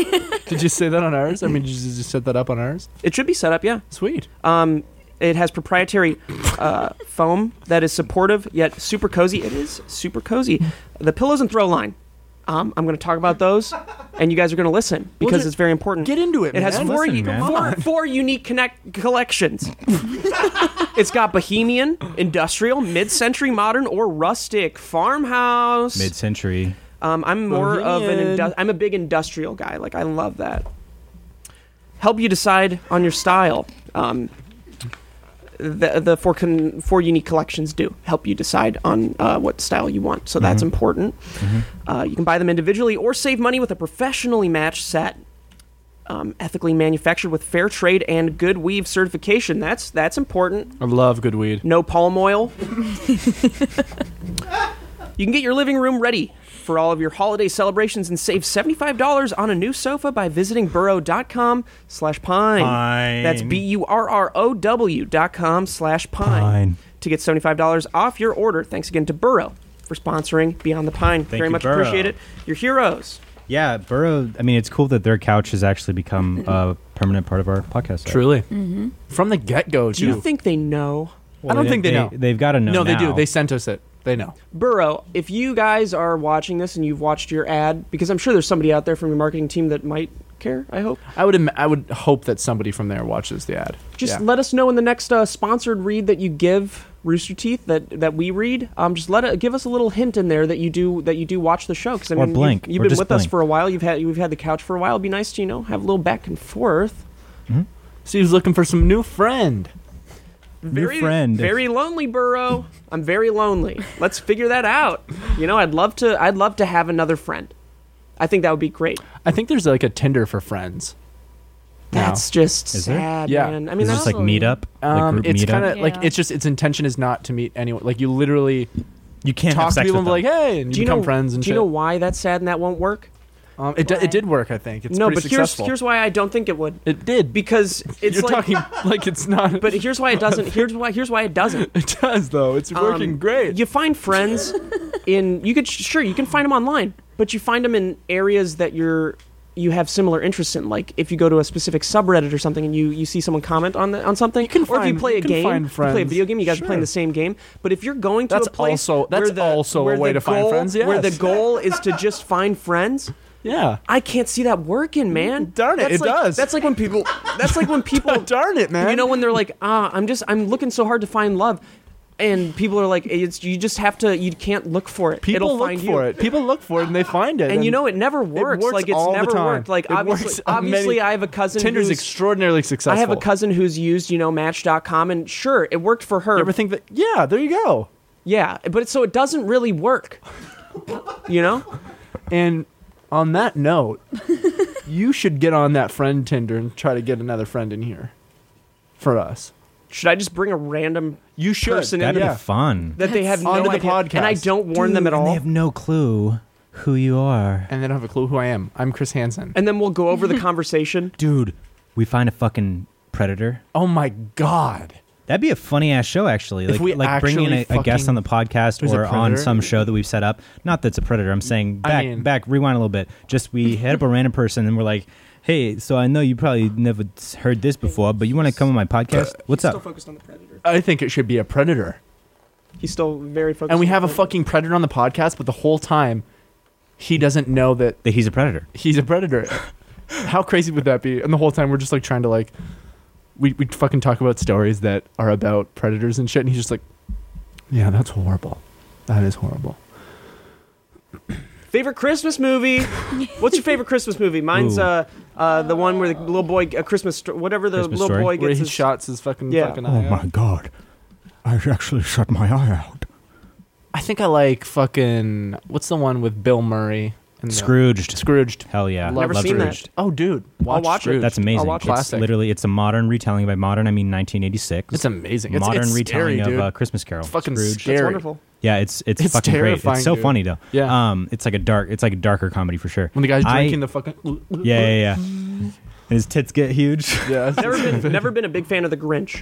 did you say that on ours? I mean, did you just set that up on ours?
It should be set up, yeah.
Sweet.
Um, it has proprietary uh, foam that is supportive yet super cozy. It is super cozy. The pillows and throw line. Um, I'm going to talk about those, and you guys are going to listen because
ju-
it's very important.
Get into it.
It has
man.
four,
Listen,
u-
man.
four, four unique connect collections. it's got bohemian, industrial, mid-century modern, or rustic farmhouse.
Mid-century.
Um, I'm more of an
Bohemian.
indu- I'm a big industrial guy. Like I love that. Help you decide on your style. Um, the the four con- four unique collections do help you decide on uh, what style you want. So that's important. Uh, you can buy them individually or save money with a professionally matched set. Um, ethically manufactured with fair trade and good weave certification. That's that's important.
I love good weed.
No palm oil. you can get your living room ready for all of your holiday celebrations and save $75 on a new sofa by visiting burrow.com slash pine.
Pine.
That's B-U-R-R-O-W dot com slash pine,
Pine.
to get $75 off your order. Thanks again to Burrow for sponsoring Beyond the Pine. Very
you,
much
Burrow.
appreciate it. Your heroes.
Yeah, Burrow. I mean, it's cool that their couch has actually become a permanent part of our podcast. right?
Truly. From the get go,
Do Mm-hmm. you think they know?
I don't think they know.
They've got to know.
no, they do.
now.
They sent us it. They know.
Burrow, if you guys are watching this and you've watched your ad, because I'm sure there's somebody out there from your marketing team that might care, I hope.
I would. Im- I would hope that somebody from there watches the ad.
Just
Yeah.
let us know in the next uh, sponsored read that you give Rooster Teeth that, that we read. Um, just let it, give us a little hint in there that you do that you do watch the show. 'cause, I
Or
mean,
blink,
You've, you've
or
been
just
with us
blink.
for a while. You've had you've had the couch for a while. It'd be nice to you know have a little back and forth.
Steve's looking for some new friend.
New
very,
friend.
Very lonely, Burrow. I'm very lonely. Let's figure that out. You know, I'd love to. I'd love to have another friend. I think that would be great.
I think there's like a Tinder for friends. now.
That's just
Is there?
sad,
Yeah.
man. I
Is
mean,
this
that's
like meetup? like
Um,
group
it's
meetup?
kind of like
Yeah.
it's just its intention is not to meet anyone. Like you literally
you can't have
talk to
sex
people
with
and be like,
them.
hey, and
do
you
you
become
know
friends and
do you
shit.
know why that's sad and that won't work?
um, it, d-
Why?
it did work, I think. It's
no,
pretty
but
successful.
here's here's why I don't think it would.
it did.
Because it's
You're
like,
talking like it's not.
but here's why it doesn't. Here's why here's why it doesn't.
it does though. It's working
Um,
great.
You find friends in you could sure you can find them online, but you find them in areas that you're you have similar interests in. Like if you go to a specific subreddit or something and you you see someone comment on the, on something,
can
or if you
find-
play a
you can
game,
find
you play a
friends.
video game, you guys are playing
Sure.
the same game. But if you're going to
That's
a place
also- that's
where the,
also a
where
way
the
to find
goal-
friends,
where the
yes.
goal is to just find friends.
yeah.
I can't see that working, man.
Darn it,
That's
it
like-
does.
That's like when people. That's like when people.
Oh, Darn it, man.
You know when they're like, ah, I'm just, I'm looking so hard to find love, and people are like, it's, you just have to, you can't look for it.
people
It'll
look
find
for
you.
it. People look for it and they find it.
And, you know it never works.
works
like it's
all the
never
time.
worked. Like
It
obviously,
works on many-
obviously, I have a cousin.
Tinder's
who's,
extraordinarily successful.
I have a cousin who's used, you know, Match.com, and sure, it worked for her.
You ever think that? Yeah, there you go.
yeah, but it, so it doesn't really work. you know.
And on that note, you should get on that friend Tinder and try to get another friend in here for us.
Should I just bring a random
You should.
Person in
That'd
yeah.
be fun.
that they have
Onto the
no idea, and I
podcast.
don't warn them
Dude,
at
and
all.
They have no clue who you are,
and they don't have a clue who I am. I'm Chris Hansen.
and then we'll go over the conversation.
dude. We find a fucking predator.
oh my god.
That'd be a funny ass show, actually. Like,
we
like bringing
actually
in a, a guest
fucking-
on the podcast
Who's a
or on
predator?
some show that we've set up. Not that's a predator. I'm saying
I
back,
mean-
back, rewind a little bit. Just we hit up a random person and we're like, "Hey, so I know you probably never s-
Uh,
heard this before, but you want to come on my podcast? What's up?"
focused on the predator.
I think it should be a predator.
He's still very focused.
And we
on
have a
the-
fucking predator on the podcast, but the whole time he doesn't know that
That he's a predator.
he's a predator. How crazy would that be? And the whole time we're just like trying to like we we fucking talk about stories that are about predators and shit and he's just like Yeah, that's horrible. That is horrible.
favorite Christmas movie. What's your favorite Christmas movie? Mine's
Ooh.
uh, uh, the one where the little boy a Christmas sto- whatever the
Christmas
little
Story?
boy
Where
gets
he
his
shots his fucking
Yeah.
fucking
Oh
eye out.
my god. I actually shut my eye out.
I think I like fucking what's the one with Bill Murray and the-
Scrooged.
Scrooged.
Hell yeah.
I
Never
Love
seen that.
Scrooged.
Oh dude, watch,
watch it.
Scrooged.
That's amazing.
I'll watch
it's
classic.
literally it's a modern retelling by modern I mean 1986.
It's amazing. It's,
modern
it's
retelling
scary,
of
dude.
uh, Christmas Carol.
It's fucking
Scrooge.
scary.
That's wonderful.
Yeah, it's it's,
It's
fucking great. It's
terrifying,
so
dude.
funny though.
Yeah.
Um, it's like a dark. It's like a darker comedy for sure.
When the guy's
I-
drinking the fucking
Yeah, yeah, yeah. and his tits get huge.
yeah.
Never been never been a big fan of the Grinch.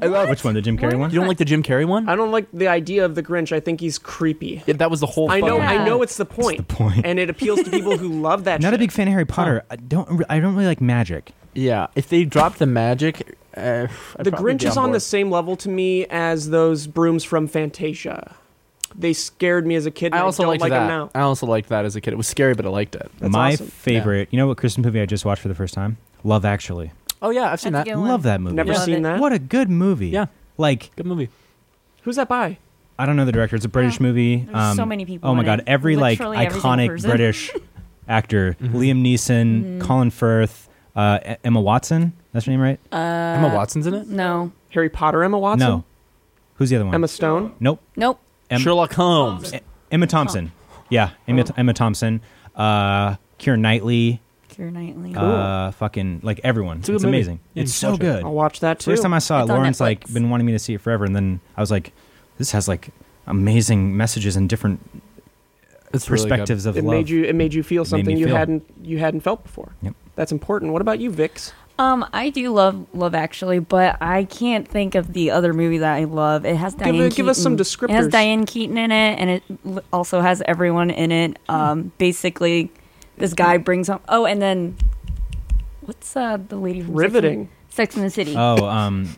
I love
Which one? The Jim Carrey
What?
one?
You don't like the Jim Carrey one?
I don't like the idea of the Grinch. I think he's creepy.
Yeah, that was the whole.
I know
fucking-
Yeah.
I know it's the point.
the point.
And it appeals to people who love that
Not a
shit.
big fan of Harry Potter. I don't. re- I don't really like magic.
Yeah, if they dropped the magic, uh, I'd
the
probably
Grinch
be
is on
board.
the same level to me as those brooms from Fantasia. They scared me as a kid. And
I
I
also
don't
liked
like
that.
them now.
I also liked that as a kid. It was scary, but I liked it.
That's
My
awesome.
favorite. You know what Christmas movie I just watched for the first time? Love Actually.
Oh yeah, I've seen
That's
that.
a good one.
Love that movie.
Never
Love
seen
it.
that.
What a good movie.
Yeah.
Like
Good movie.
Who's that by?
I don't know the director. It's a British movie.
There's so many people
Oh my
in
god!
it.
Every
Literally
like
every single
iconic
person. Mm-hmm.
British actor:
Mm-hmm.
Liam Neeson, Colin Firth, uh, E- Emma Watson. That's her name, right?
Emma Watson's in it.
No.
Harry Potter, Emma Watson,
No. Who's the other one?
Emma Stone.
Nope.
Nope.
Em-
Sherlock Holmes.
E- Emma Thompson. Yeah, Emma, Emma Thompson. Uh, Kieran Knightley.
Keira Knightley.
Uh, fucking like everyone. It's,
a good movie.
amazing.
Yeah,
it's
you
so
watch it.
good.
I'll watch that too.
First time I saw
It's
it,
on
Lauren's like
Netflix.
been wanting me to see it forever, and then I was like, this has like amazing messages and different
It's really good.
perspectives of
it
love.
made you it made you feel
made
something
me
you
feel.
hadn't you hadn't felt before.
Yep.
That's important. What about you, Vix?
Um, I do love Love Actually, but I can't think of the other movie that I love. It has Diane.
it- give us some
Keaton. It has
descriptors.
Diane Keaton in it, and it l- also has everyone in it. Um, basically, this guy brings home. Oh, and then what's uh the lady from Sex and-
Riveting.
Sex in the City?
oh, um,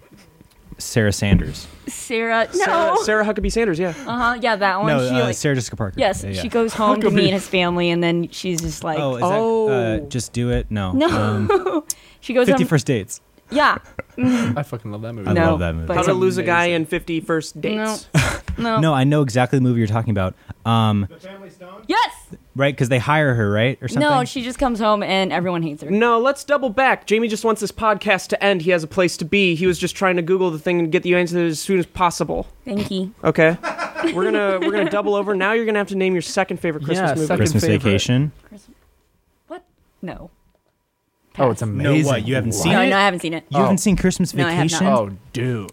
Sarah Sanders.
Sarah. No.
Sarah, Sarah Huckabee Sanders. Yeah.
Uh huh. Yeah, that one.
No,
she
uh,
like,
Sarah Jessica Parker.
yes,
Yeah, yeah.
she goes home to meet his family, and then she's just like,
Oh, is that uh,
Oh.
just do it? No,
No.
Um,
she goes
Fifty
home.
First Dates.
yeah.
I fucking love that movie.
I
no,
love that movie.
but-
How
It's
to lose a guy
amazing.
in fifty first dates.
No.
No, I know exactly the movie you're talking about. Um,
Yes.
right, because they hire her, right, or something.
No, she just comes home and everyone hates her.
No, let's double back. Jamie just wants this podcast to end. He has a place to be. He was just trying to Google the thing and get the answer as soon as possible.
Thank you.
Okay, we're gonna we're gonna double over. Now you're gonna have to name your second favorite Christmas
Yeah,
movie.
second-
Christmas
favorite.
Vacation.
What? No.
Oh, it's amazing.
No, what, you haven't seen
No,
it?
no, I haven't seen it.
Oh.
You haven't seen Christmas
No, I have
Vacation?
not.
Oh, dude.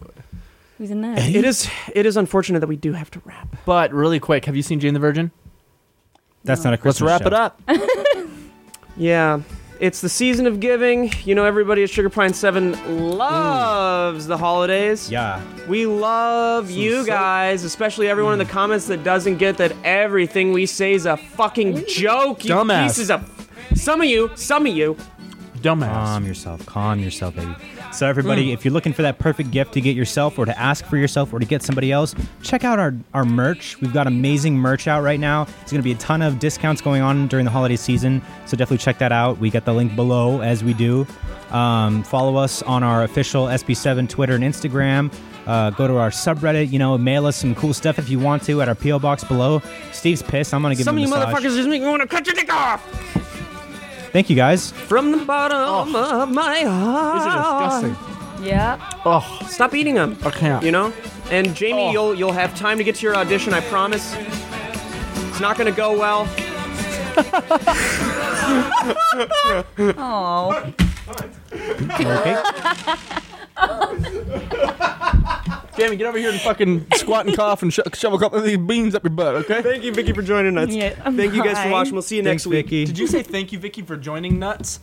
Who's in that?
It is it is unfortunate that we do have to wrap.
But really quick, have you seen Jane the Virgin?
That's not a
Let's
Christmas.
wrap it
show.
up.
Yeah. It's the season of giving. You know, everybody at Sugar Pine 7 loves the holidays.
Yeah.
We love you guys, especially everyone in
Mm.
the comments that doesn't get that everything we say is a fucking joke. You
Dumbass.
pieces of. Some of you, some of you.
Dumbass.
Calm yourself. Calm yourself, baby. So, everybody,
Mm.
if you're looking for that perfect gift to get yourself or to ask for yourself or to get somebody else, check out our, our merch. We've got amazing merch out right now. There's going to be a ton of discounts going on during the holiday season. So, definitely check that out. We got the link below as we do. Um, follow us on our official SB7 Twitter and Instagram. Uh, go to our subreddit, you know, mail us some cool stuff if you want to at our P.O. box below. Steve's pissed. I'm going to give
some of
him
you
a massage.
motherfuckers just make me want to cut your dick off.
Thank you guys.
From the bottom of my
These
heart.
are Oh. disgusting.
Yeah.
Oh,
Stop eating them.
I can't.
You know? And Jamie,
Oh.
you'll you'll have time to get to your audition, I promise. It's not gonna go well.
Oh.
Okay.
Jamie, get over here and fucking squat and cough and sho- shovel a couple of these beans up your butt, okay?
Thank you, Vicky, for joining us.
Yeah, I'm
Thank you guys for
fine.
watching. We'll see you next
Thanks,
week.
Vicky.
Did you say thank you, Vicky, for joining nuts?